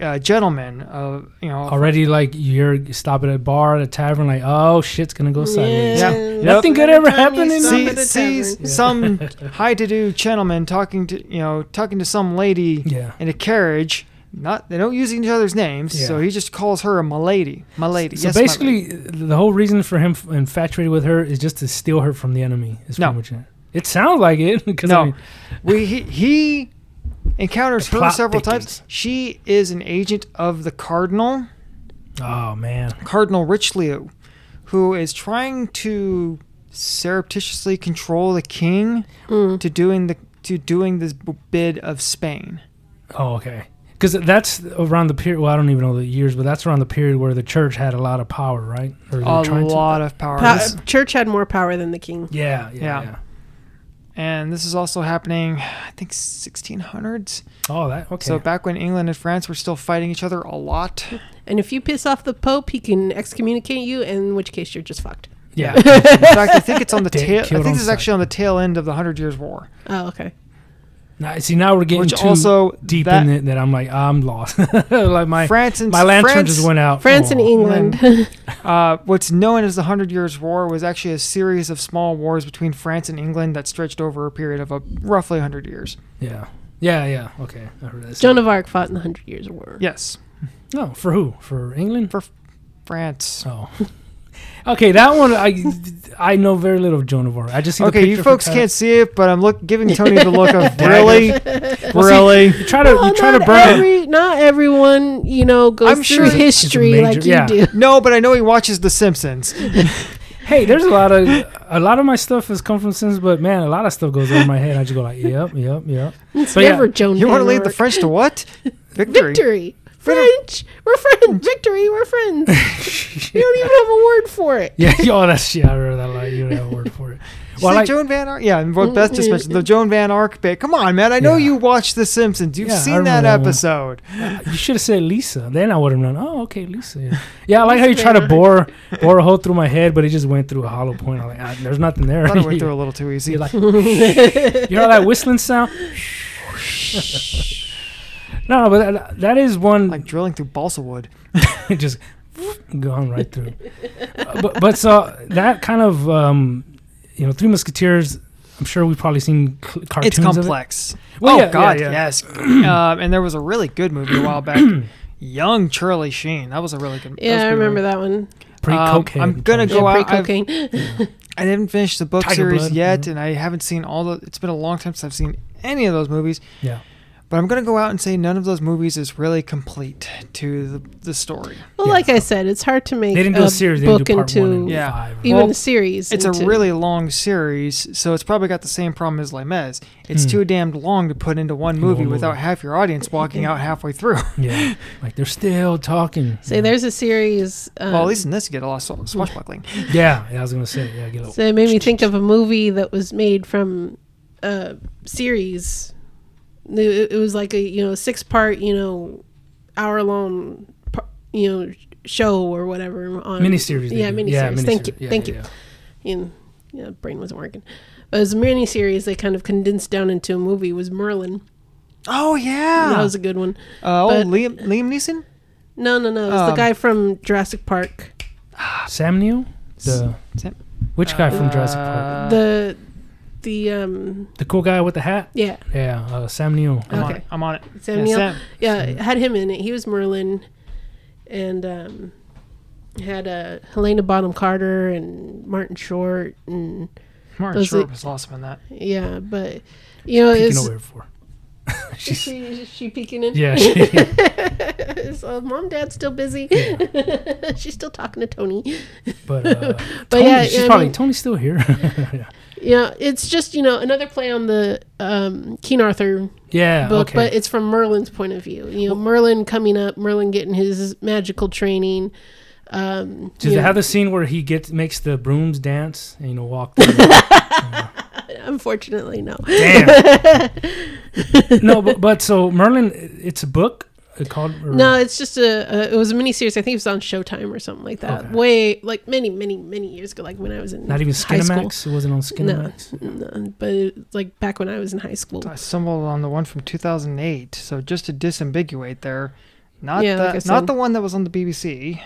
S1: a gentleman of you know
S2: Already, like you're stopping at a bar, at a tavern, like oh shit's gonna go sideways.
S1: Yeah.
S2: Nothing good ever happened in-
S3: See,
S1: see, sees some high-to-do gentleman talking to you know talking to some lady
S2: Yeah.
S1: in a carriage. Not they don't use each other's names, so
S2: Yeah.
S1: he just calls her a milady. Milady.
S2: So
S1: yes, my lady.
S2: basically, the whole reason for him f- infatuated with her is just to steal her from the enemy. Is
S1: No.
S2: pretty much it. It sounds like it. 'cause I
S1: No.
S2: mean,
S1: we he, he encounters
S2: The
S1: her
S2: plot
S1: several
S2: thickens.
S1: times. She is an agent of the cardinal,
S2: oh man.
S1: Cardinal Richelieu, who is trying to surreptitiously control the king
S3: Mm.
S1: to doing the to doing this b- bid of Spain.
S2: Oh okay. Because that's around the period. Well, I don't even know the years, but that's around the period where the church had a lot of power, right? Or they were
S1: A
S2: trying to-
S1: lot of power.
S3: Pa-
S1: This-
S3: church had more power than the king.
S2: Yeah, yeah,
S1: Yeah.
S2: yeah,
S1: and this is also happening, I think, 1600s.
S2: Oh, that okay.
S1: So back when England and France were still fighting each other a lot.
S3: And if you piss off the Pope, he can excommunicate you, in which case you're just fucked.
S2: yeah.
S1: In fact, I think it's on the
S2: Dead,
S1: tail. I
S2: killed
S1: think
S2: on
S1: this is
S2: sight.
S1: actually on the tail end of the Hundred Years' War,
S3: Oh, okay.
S2: now, see, now we're getting
S1: which
S2: too
S1: also
S2: deep
S1: that,
S2: in it that I'm like I'm lost. like my
S1: France and
S2: my lantern
S1: France,
S2: just went out.
S3: France and
S2: Oh.
S1: e-
S3: England.
S1: Uh, what's known as the Hundred Years' War was actually a series of small wars between France and England that stretched over a period of a, roughly 100 years.
S2: Yeah, yeah, yeah. Okay, I heard that.
S3: Joan of Arc fought in the Hundred Years' War.
S1: Yes,
S2: No, for who? For England?
S1: France.
S2: Oh. okay, that one I I know very little of Joan of Arc. I just see the
S1: Okay, you
S2: picture for
S1: folks
S2: Ky-
S1: can't see it, but I'm look giving Tony the look of really,
S2: Well, see,
S1: really.
S2: You try to
S3: Well,
S2: you try to
S3: not
S2: burn it.
S3: every, Not everyone, you know, goes
S1: I'm sure
S3: through
S1: it's a
S3: history
S2: major-
S3: like you
S2: yeah.
S3: do.
S1: No, but I know he watches The Simpsons.
S2: Hey, there's a lot of a lot of my stuff has come from since, but man, a lot of stuff goes over my head. I just go like, yep, yep, yep.
S3: It's
S2: But yeah,
S3: never Joan.
S1: You want to
S3: of
S1: lead the
S3: Arc.
S1: French to what? Victory.
S3: victory. French. We're friends. Victory. We're friends. we don't even have a word for it.
S2: Yeah, oh, that's shit. I remember that. Like, you don't have a word for it.
S1: Did you
S2: Well,
S1: say
S2: like,
S1: Joan Van Ark. Yeah, and what Beth just mentioned the Joan Van Ark bit. Come on, man. I know
S2: Mm, Yeah.
S1: you watched The Simpsons. You've
S2: Yeah, I
S1: seen that,
S2: remember that one.
S1: episode.
S2: you should have said Lisa. Then I would have known. Oh, okay, Lisa. Yeah, yeah I like how you try to bore bore a hole through my head, but it just went through a hollow point. I'm like, ah, there's nothing there.
S1: I thought it went through a little too easy.
S2: You're like, you know that whistling sound? no, no, but that, that is one
S1: like drilling through balsa wood.
S2: just gone right through. Uh, but but so that kind of um, you know Three Musketeers. I'm sure we've probably seen cl- cartoons.
S1: It's complex.
S2: Of it. Well,
S1: oh
S2: yeah,
S1: God,
S2: yeah, yeah.
S1: yes. um, and there was a really good movie a while back, Young Charlie Sheen. That was a really good.
S3: Yeah, I remember that one.
S2: Pretty
S1: Um,
S2: cocaine.
S1: I'm gonna
S2: probably.
S1: go
S3: yeah,
S1: out- I've-
S3: pre-cocaine.
S1: I didn't finish the book
S2: Tiger
S1: series
S2: Blood, mm-hmm.
S1: yet,
S2: yeah.
S1: and I haven't seen all the. It's been a long time since I've seen any of those movies.
S2: Yeah.
S1: But I'm gonna go out and say none of those movies is really complete to the, the story.
S3: Well,
S2: Yeah.
S3: like I said, it's hard to make
S2: They didn't do
S3: a
S2: a series. They didn't
S3: book
S2: do part one and
S3: into
S1: Yeah.
S2: five.
S3: even
S1: Well,
S3: a series.
S1: It's a
S3: into-
S1: really long series, so it's probably got the same problem as Les Mis. It's
S2: Hmm.
S1: too damned long to put into one
S2: Into
S1: movie
S2: one movie.
S1: without half your audience walking out halfway through.
S2: Yeah, like they're still talking.
S3: Say there's a series. Um,
S1: well, at least in this, you get a lot of sw- swashbuckling.
S2: Yeah, yeah, I was gonna say. Yeah, get a little.
S3: So it made me think of a movie that was made from a series. It, it was like a you know six part you know hour long you know show or whatever on
S2: Miniseries. they
S3: Yeah,
S2: do.
S3: miniseries. Thank you.
S2: miniseries. Yeah,
S3: Thank
S2: yeah,
S3: you.
S2: yeah.
S3: you know, yeah, brain wasn't working. But it was a mini series they kind of condensed down into a movie was Merlin.
S1: oh yeah,
S3: That was a good one.
S1: Uh, oh,
S3: But-
S1: Liam Liam Neeson.
S3: No, no, no. It was
S1: Um,
S3: the guy from Jurassic Park.
S2: Sam Neill? The
S1: Sam-
S2: which guy from Jurassic Park?
S1: Uh,
S3: the the um
S2: The cool guy with the hat?
S3: yeah,
S2: Yeah, uh, Sam Neill.
S1: I'm on
S3: Okay.
S1: it. I'm on it.
S3: Sam
S1: Yeah,
S3: Neill.
S1: Sam.
S3: yeah, it had him in it. He was Merlin and um had uh, Helena Bonham Carter and Martin Short and
S1: Martin
S3: Those
S1: Short
S3: are-
S1: was awesome in that.
S3: yeah, but you know,
S2: Peeking
S3: it's
S2: over for.
S3: is she, is she peeking in?
S2: Yeah, she,
S3: so mom, dad's still busy. She's still talking to Tony.
S2: but uh,
S3: But
S2: Tony,
S3: yeah,
S2: she's
S3: I
S2: probably
S3: mean-
S2: Tony's still here. yeah,
S3: Yeah, it's just you know another play on the um, King Arthur
S2: yeah
S3: book,
S2: Oh, okay.
S3: but it's from Merlin's point of view. You know, Merlin coming up, Merlin getting his magical training. Um,
S2: Does
S3: you
S2: it
S3: know,
S2: have the scene where he gets makes the brooms dance and you know walk? Through
S3: unfortunately, no.
S2: Damn. no, but, but so Merlin, it's a book. it called? Or-
S3: No, it's just a, a. It was a mini series. I think it was on Showtime or something like that.
S2: Okay.
S3: Way like many, many, many years ago. Like when I was in
S2: Not even
S3: high school.
S2: Skinamax. It wasn't on Skinamax.
S3: No, but it, like back when I was in high school.
S1: I stumbled on the one from 2008. So just to disambiguate there, not
S3: Yeah,
S1: the,
S3: like I
S1: not
S3: said.
S1: the one that was on the BBC.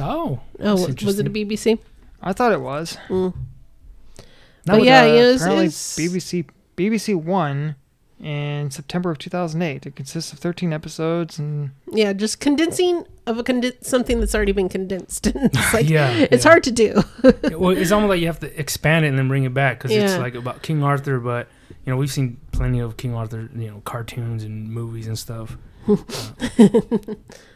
S2: Oh,
S3: Oh,
S2: That's
S3: was it a
S2: interesting.
S3: BBC?
S1: I thought it was.
S3: Mm.
S1: No,
S3: But yeah,
S1: uh,
S3: you know, it's-
S1: apparently
S3: it's-
S1: BBC BBC One in September of 2008. It consists of 13 episodes and
S3: Yeah, just condensing of a conden- something that's already been condensed. it's like
S2: yeah.
S3: it's
S2: yeah.
S3: hard to do.
S2: Yeah, well, it's almost like you have to expand it and then bring it back because it's
S3: Yeah.
S2: like about King Arthur, but you know we've seen plenty of King Arthur, you know, cartoons and movies and stuff. Uh,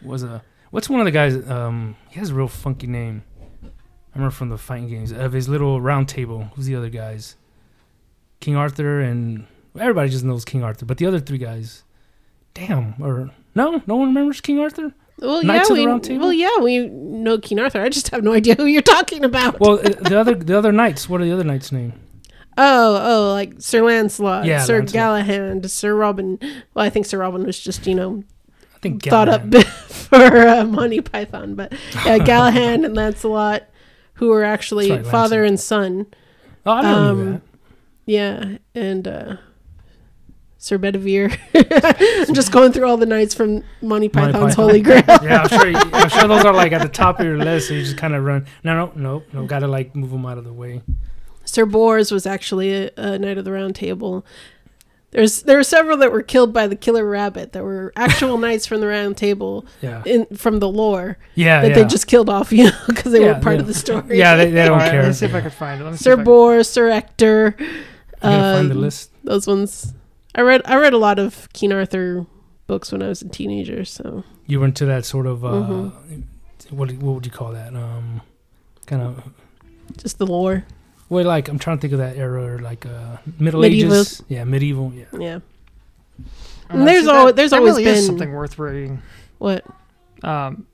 S2: was a what's one of the guys? Um, he has a real funky name. I remember from the fighting games of his little round table. Who's the other guys? King Arthur and everybody just knows King Arthur, but the other three guys, damn, or no, no one remembers King Arthur.
S3: Well,
S2: Knights of the
S3: yeah,
S2: Round
S3: we
S2: Table?
S3: well yeah we know King Arthur. I just have no idea who you're talking about.
S2: Well, uh, the other the other knights. What are the other knights' name?
S3: Oh, oh, like Sir Lancelot,
S2: Yeah,
S3: Sir
S2: Lancelot.
S3: Galahad, Sir Robin. Well, I think Sir Robin was just you know
S2: I think
S3: thought up
S2: Galahad.
S3: for uh, Monty Python, but yeah, Galahad and Lancelot, who were actually
S2: That's right,
S3: father and son.
S2: Oh, I never knew
S3: um,
S2: that.
S3: Yeah, and uh, Sir Bedivere. I'm just going through all the knights from Monty
S2: Monty Python.
S3: Python's Holy Grail.
S2: yeah, I'm sure. I'm sure those are like at the top of your list. So you just kind of run. No, no, no, no. Got to like move them out of the way.
S3: Sir Bors was actually a, a knight of the Round Table. There's there were several that were killed by the killer rabbit that were actual knights from the Round Table
S2: Yeah,
S3: in from the lore
S2: yeah,
S3: that
S2: Uh, yeah.
S3: they just killed off, you know, because they
S2: Yeah,
S3: weren't part
S2: yeah.
S3: of the story.
S2: yeah, they, they
S1: All
S2: don't
S1: right,
S2: care.
S1: Let's see if I can find it. Let me see
S3: Sir
S1: if I-
S3: Bor, Sir Ector.
S2: You gotta find the
S3: um,
S2: list.
S3: those ones i read i read a lot of king arthur books when i was a teenager so
S2: You were into that sort of uh,
S3: Mhm.
S2: what? What would you call that? Um, kind of.
S3: just the lore
S2: Well, like I'm trying to think of that era, or like uh, Middle
S3: Medieval.
S2: Ages. Yeah, medieval. Yeah.
S3: yeah
S1: Oh, no,
S3: There's
S1: see,
S3: al-
S1: that-
S3: there's
S1: that
S3: always
S1: really is
S3: been-
S1: something worth reading.
S3: what
S1: Um,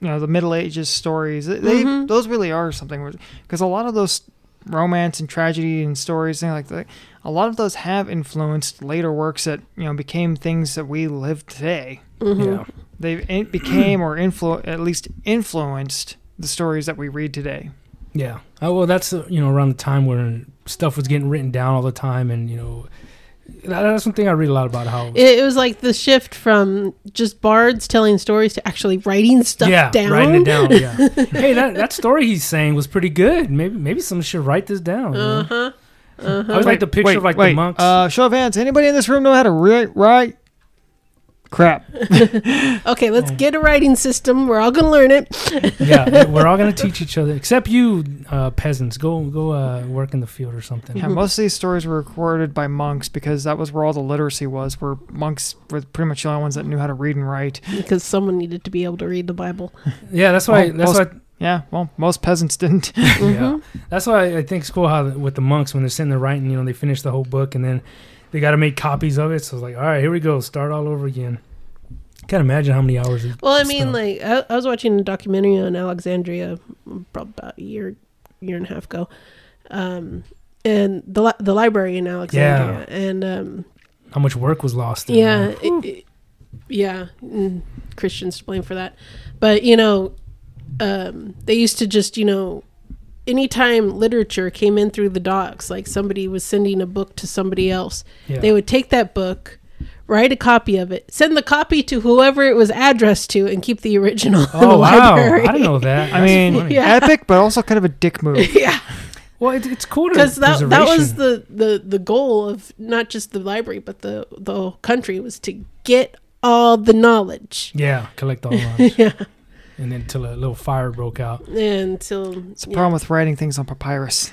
S1: you know, the Middle Ages stories. They, they-
S3: Mhm.
S1: those really are something worth because a lot of those romance and tragedy and stories and like that. A lot of those have influenced later works that you know became things that we live today.
S3: hmm
S2: Yeah.
S1: They in- became or influ- at least influenced the stories that we read today.
S2: Yeah. Oh, well, that's uh, you know around the time when stuff was getting written down all the time, and you know that, that's one thing I read a lot about how
S3: It, it was like the shift from just bards telling stories to actually writing stuff
S2: yeah,
S3: down
S2: writing it down. Yeah. hey, that, that story he's saying was pretty good. Maybe maybe someone should write this down. you know?
S3: uh-huh
S2: I always
S1: Wait,
S2: like the picture
S1: wait,
S2: of like
S1: wait.
S2: the monks.
S1: Uh, show of hands. Anybody in this room know how to write? Write? Crap.
S3: okay let's
S2: Oh.
S3: get a writing system we're all gonna learn it
S2: yeah, we're all gonna teach each other, except you uh, peasants. Go go uh, work in the field or something.
S1: Yeah, most of these stories were recorded by monks because that was where all the literacy was. Where monks were pretty much the only ones that knew how to read and write.
S3: because someone needed to be able to read the bible
S2: Yeah, that's why.
S1: Well,
S2: that's why.
S1: Yeah, well, most peasants didn't.
S3: Mm-hmm.
S2: Yeah, that's why I think it's cool how the- with the monks when they're sitting there writing, you know, they finish the whole book and then they got to make copies of it. So it's like, all right, here we go, start all over again. Can't imagine how many hours. of
S3: Well, I mean,
S2: stuff.
S3: like I, I was watching a documentary on Alexandria probably about a year, year and a half ago, um, and the li- the library in Alexandria, and um,
S2: how much work was lost. in
S3: yeah,
S2: there.
S3: it, it- yeah, mm, Christians to blame for that, but you know, um, they used to just you know. Anytime literature came in through the docks, like somebody was sending a book to somebody else,
S2: yeah.
S3: they would take that book, write a copy of it, send the copy to whoever it was addressed to, and keep the original. in the
S2: Oh wow!
S3: library.
S2: I didn't know that.
S1: I
S2: That's
S1: mean,
S2: funny.
S3: Yeah.
S1: epic, but also kind of a dick move.
S3: yeah,
S2: well, it, it's cool to-
S3: because that that was
S2: preservation.
S3: the, the the goal of not just the library but the the whole country was to get all the knowledge.
S2: Yeah, collect all lunch.
S3: Yeah,
S2: and then till a little fire broke out.
S3: until
S1: It's a problem with writing things on papyrus.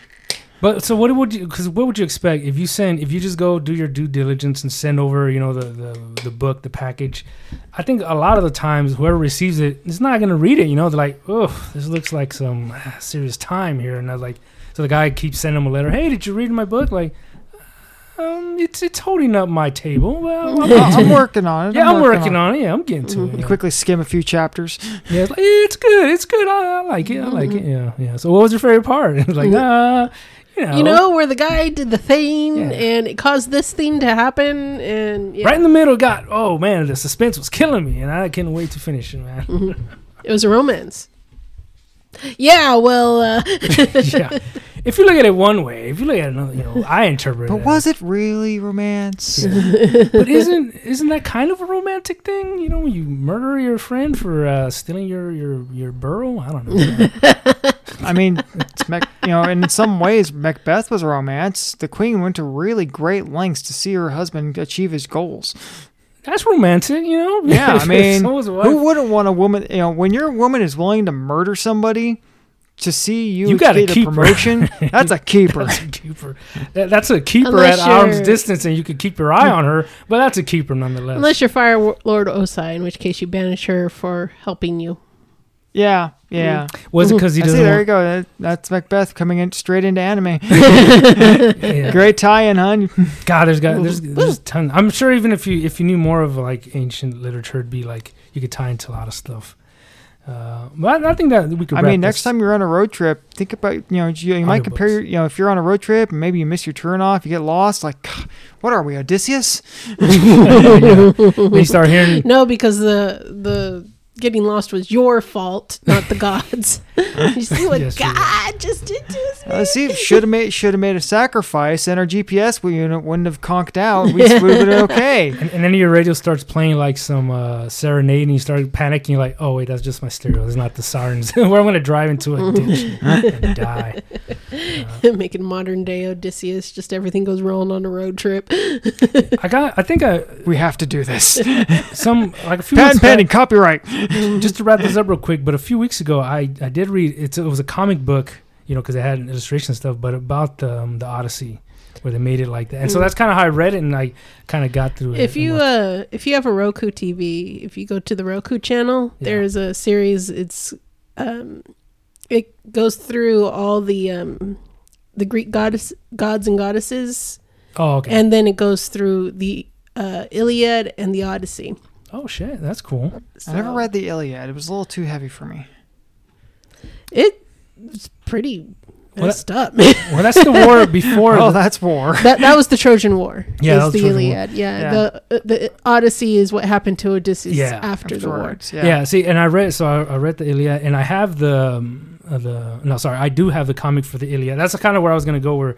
S2: But so what would you? Because what would you expect if you send if you just go do your due diligence and send over you know the the, the book the package? I think a lot of the times whoever receives it is not going to read it. You know they're like, oh, this looks like some ah, serious time here, and I was like, so the guy keeps sending him a letter. Hey, did you read my book? Like, um, it's it's holding up my table. Well, I'm,
S1: Oh, I'm
S2: I'm working.
S1: working on it.
S2: Yeah, I'm working on it. Yeah, I'm getting to
S3: Mhm.
S2: it.
S1: You
S2: yeah.
S1: quickly skim a few chapters.
S2: Yeah, it's, like, "Eh, it's good. It's good. I, I like it. I like it. Yeah, yeah. So, what was your favorite part? It was like,
S3: Mhm.
S2: ah,
S3: you know, where the guy did the thing
S2: Yeah.
S3: and it caused this thing to happen, and yeah,
S2: Right in the middle, got oh man, the suspense was killing me, and I couldn't wait to finish it, man.
S3: Mm-hmm. it was a romance. Yeah, well, uh,
S2: yeah, if you look at it one way, if you look at it another, you know, I interpret.
S1: But
S2: it
S1: was it really romance?
S2: But isn't isn't that kind of a romantic thing? You know, when you murder your friend for uh, stealing your your your burrow. I don't know. man.
S1: I mean, it's Mac, you know, and in some ways, Macbeth was a romance. The queen went to really great lengths to see her husband achieve his goals.
S2: That's romantic, you know.
S1: Yeah, I mean,
S2: So was wife.
S1: Who wouldn't want a woman? You know, when your woman is willing to murder somebody to see you,
S2: You gotta
S1: get a
S2: keep her.
S1: promotion, that's a keeper.
S2: That's a keeper. That, that's a keeper
S3: Unless
S2: at arm's
S3: you're-
S2: distance, and you could keep your eye on her. But that's a keeper nonetheless.
S3: unless you're Fire Lord Osai, in which case you banish her for helping you.
S1: yeah, yeah.
S2: was it because he
S1: I see.
S2: doesn't?
S1: There you
S2: Want,
S1: go. That, that's Macbeth coming in straight into anime.
S2: yeah.
S1: great tie-in, hun.
S2: God, there's got there's, there's ton. I'm sure even if you if you knew more of like ancient literature, it'd be like you could tie into a lot of stuff. Uh, but I, I think that we could.
S1: I
S2: wrap
S1: mean, next
S2: this.
S1: time you're on a road trip, think about you know you, you might compare your,
S2: Audiobooks.
S1: you know if you're on a road trip and maybe you miss your turn off, you get lost. Like, "God, what are we, Odysseus?
S2: Yeah. when you start hearing
S3: No, because the the getting lost was your fault, not the gods. you see what
S2: Yes, you're
S3: God
S2: right.
S3: just did to us?
S1: Uh, see, should have made should have made a sacrifice, and our GPS w- unit wouldn't have conked out. We would have been okay.
S2: and, and then your radio starts playing like some uh, serenade, and you start panicking, like, "Oh wait, that's just my stereo. It's not the sirens. Where I'm gonna drive into a ditch and die."
S3: Making modern day Odysseus, just everything goes wrong on a road trip.
S2: I got. I think I
S1: We have to do this.
S2: some like a few months
S1: Patent
S2: back-
S1: pending copyright.
S2: just to wrap this up real quick, but a few weeks ago, I, I did read it's, it was a comic book, you know, because it had an illustration and stuff, but about the, um, the Odyssey where they made it like that. And so that's kind of how I read it, and I kind of got through it.
S3: Hmm. if
S2: and
S3: you
S2: watched-
S3: uh if you have a Roku TV, if you go to the Roku channel,
S2: Yeah.
S3: there's a series it's um it goes through all the um the Greek goddess gods and goddesses
S2: oh okay,
S3: uh, and then it goes through the uh Iliad and the Odyssey.
S2: oh shit, that's cool.
S1: I never
S3: So-
S1: read the Iliad. It was a little too heavy for me.
S3: It's pretty
S2: Well,
S3: messed up. man.
S2: Well, that's the war before.
S1: Oh,
S2: the-
S1: that's war.
S3: that that was the Trojan War.
S2: Yeah, that
S3: is
S2: was
S3: the
S2: Trojan War.
S3: Iliad. Yeah,
S1: Yeah.
S3: the uh, the Odyssey is what happened to Odysseus
S2: Yeah.
S3: after the war.
S1: Afterwards,
S2: yeah. see, and I read so I, I read the Iliad, and I have the um, uh, the no, sorry, I do have the comic for the Iliad. That's kind of where I was gonna go. Where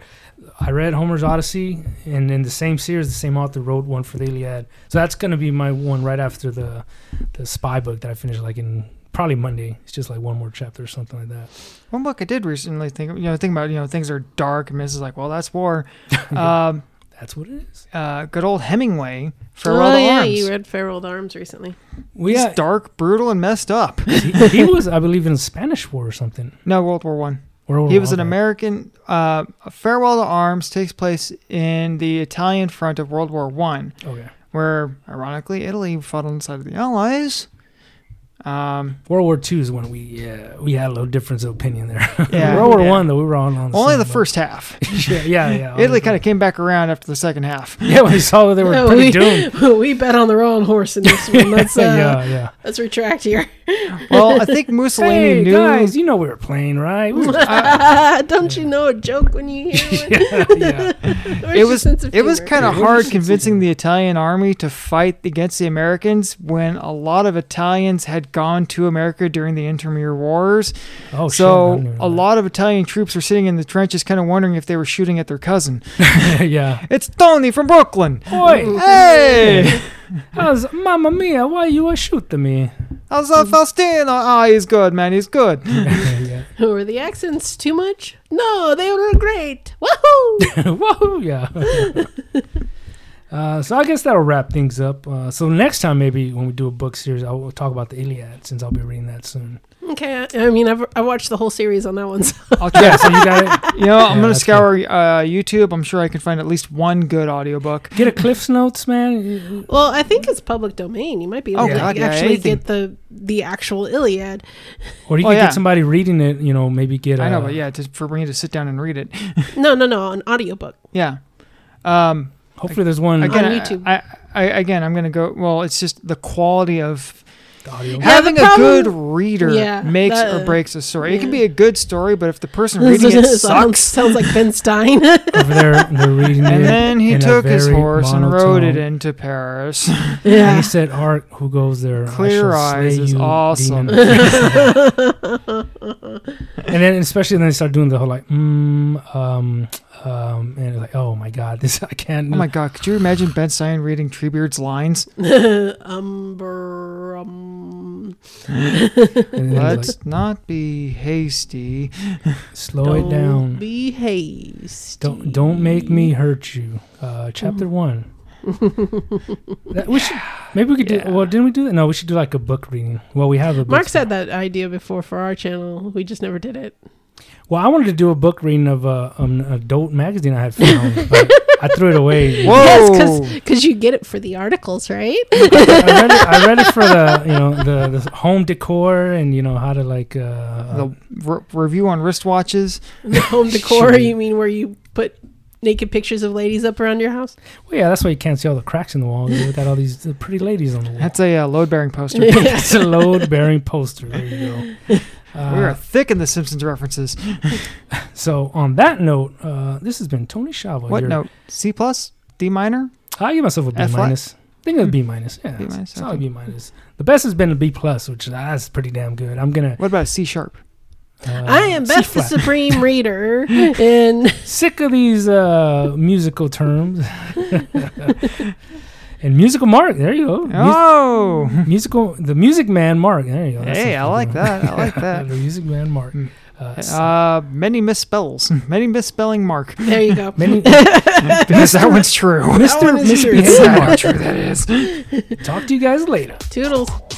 S2: I read Homer's Odyssey, and in the same series, the same author wrote one for the Iliad. So that's gonna be my one right after the the spy book that I finished, like in probably Monday. It's just like one more chapter or something like that.
S1: One book I did recently think you know think about you know things are dark and this is like well that's war.
S2: Yeah.
S1: Um,
S2: That's what it is.
S1: uh, good old Hemingway. Farewell
S3: oh
S1: to
S3: yeah,
S1: Arms.
S3: you read Farewell to Arms recently.
S2: Well,
S1: He's
S2: yeah,
S1: dark, brutal, and messed up.
S2: he, he was, I believe, in the Spanish War or something.
S1: No, World War One.
S2: Or
S1: He was an
S2: American.
S1: American. Uh, Farewell to Arms takes place in the Italian front of World War One,
S2: Okay.
S1: where ironically Italy fought on the side of the Allies. Um,
S2: World War Two is when we yeah we had a little difference of opinion there.
S1: Yeah,
S2: World War
S1: yeah.
S2: One though we were all on the
S1: only
S2: same
S1: the
S2: boat.
S1: first half.
S2: yeah, yeah, yeah.
S1: Italy kind of came back around after the second half.
S2: yeah. When we saw that they were
S3: No,
S2: pretty
S3: we,
S2: doomed.
S3: we bet on the wrong horse in this one. Let's uh,
S2: yeah, yeah.
S3: let's retract here.
S1: Well, I think Mussolini
S2: Hey
S1: knew.
S2: guys, you know we were playing, right? We were-
S3: Don't you know a joke when you hear one?
S2: yeah, yeah.
S3: Where's
S1: it
S3: your
S1: was
S3: sense of
S1: it was
S3: humor?
S1: kind of
S2: Yeah, what
S1: hard
S2: is-
S1: convincing the Italian army to fight against the Americans when a lot of Italians had gone to America during the intermediate wars.
S2: Oh, shit, I
S1: so
S2: didn't even
S1: a
S2: know
S1: lot of Italian troops were sitting in the trenches, kind of wondering if they were shooting at their cousin.
S2: that. yeah.
S1: It's Tony from Brooklyn.
S2: Boy,
S1: Hey,
S2: I was, Mamma Mia, why you a shoot to me?
S1: how's that Faustino? Ah, he's good, man. He's good.
S2: yeah.
S3: Were the accents too much? No, they were great. Woohoo!
S2: Woohoo, yeah. Uh, so I guess that'll wrap things up. Uh, so next time, maybe when we do a book series, I will talk about the Iliad since I'll be reading that soon.
S3: okay, I, I mean, I've, I watched the whole series on that one. So
S1: I'll try.
S2: Yeah, so you got
S1: You know, I'm
S2: Yeah,
S1: gonna
S2: that's
S1: scour uh, YouTube. I'm sure I can find at least one good audiobook.
S2: it. Get a Cliff's Notes, man.
S3: well, I think it's public domain. You might be able
S1: Oh,
S3: to
S1: God, yeah,
S3: actually
S1: anything.
S3: get the the actual Iliad.
S2: Or you
S1: Oh,
S2: could
S1: yeah.
S2: get somebody reading it, you know, maybe get. Uh,
S1: I know, but yeah, just for me to sit down and read it.
S3: No, no, no, an audiobook.
S1: Yeah. Um,
S2: Hopefully, there's one.
S1: again,
S3: Mm. On
S1: I-
S3: YouTube.
S1: I, I, again, I'm gonna go. Well, it's just the quality of
S2: the audio.
S3: Yeah,
S1: Having
S3: the
S1: a
S3: problem-
S1: good reader
S3: Yeah,
S1: makes
S3: that- uh,
S1: or breaks a story. It can
S3: yeah.
S1: be a good story, but if the person reading it
S3: sounds,
S1: sucks,
S3: sounds like Ben Stein.
S2: Over there, they're reading
S1: and
S2: it
S1: then he
S2: in a
S1: took his
S2: very
S1: horse and rode it
S2: monotone-
S1: into Paris. Oh
S2: And
S3: yeah.
S2: he said, "Art, who goes there? I
S1: Clear
S2: shall
S1: Eyes
S2: slay
S1: is
S2: you,
S1: awesome.
S2: demon." and then, especially then, they start doing the whole like, mm, um, um, and it's like, oh my god, this I can't.
S1: Oh my god, could you imagine Ben Stein reading Treebeard's lines?
S3: Umber, um,
S2: And then it's
S1: Let's not be hasty.
S2: like, slow it
S3: don't
S2: down.
S3: Be hasty.
S2: Don't don't make me hurt you. Uh,
S1: Mm.
S2: chapter one. That- we should, maybe we could
S1: Yeah.
S2: do. Well, didn't we do that? No, we should do like a book reading. Well, we have a. Book
S3: Mark's had that idea before for our channel. We just never did it.
S2: Well, I wanted to do a book reading of uh, an adult magazine I had found, but I threw it away.
S1: Whoa!
S3: because you get it for the articles, right?
S2: I read, it, I read it for the you know the, the home decor and you know how to like uh,
S1: the re- review on wristwatches.
S3: The home decor,
S2: Shoot.
S3: you mean where you put naked pictures of ladies up around your house?
S2: well, yeah that's why you can't see all the cracks in the wall you got all these uh, pretty ladies on the wall
S1: That's a uh, load bearing poster.
S2: that's a load bearing poster there you go
S1: we are
S2: uh,
S1: thick in the Simpsons references.
S2: so on that note uh, this has been Tony Shava
S1: What
S2: your-
S1: note? C plus? D minor?
S2: I give myself a B
S1: F flat?
S2: minus I think a B minus yeah
S1: B
S2: it's-
S1: minus,
S2: it's not a
S1: okay.
S2: B minus the best has been a B plus which that's pretty damn good I'm gonna
S1: What about a C sharp?
S2: uh,
S3: I am
S2: C
S3: Beth the
S2: flat.
S3: Supreme Reader, and
S2: sick of these uh, musical terms. and musical Mark, there you go. Mus-
S1: Oh!
S2: musical, the Music Man Mark, there you go. That's
S1: Hey,
S2: a
S1: I like
S2: fucking-
S1: that. I like that.
S2: the Music Man Mark.
S1: Mm.
S2: Uh, s-
S1: Uh, many misspells. Many misspelling mark.
S3: there you go.
S2: many
S1: Because that one's true.
S3: That one
S2: Mr.
S3: is true.
S2: Misbehave
S1: That's how
S2: Mark.
S1: true that is.
S2: Talk to you guys later.
S3: Toodles.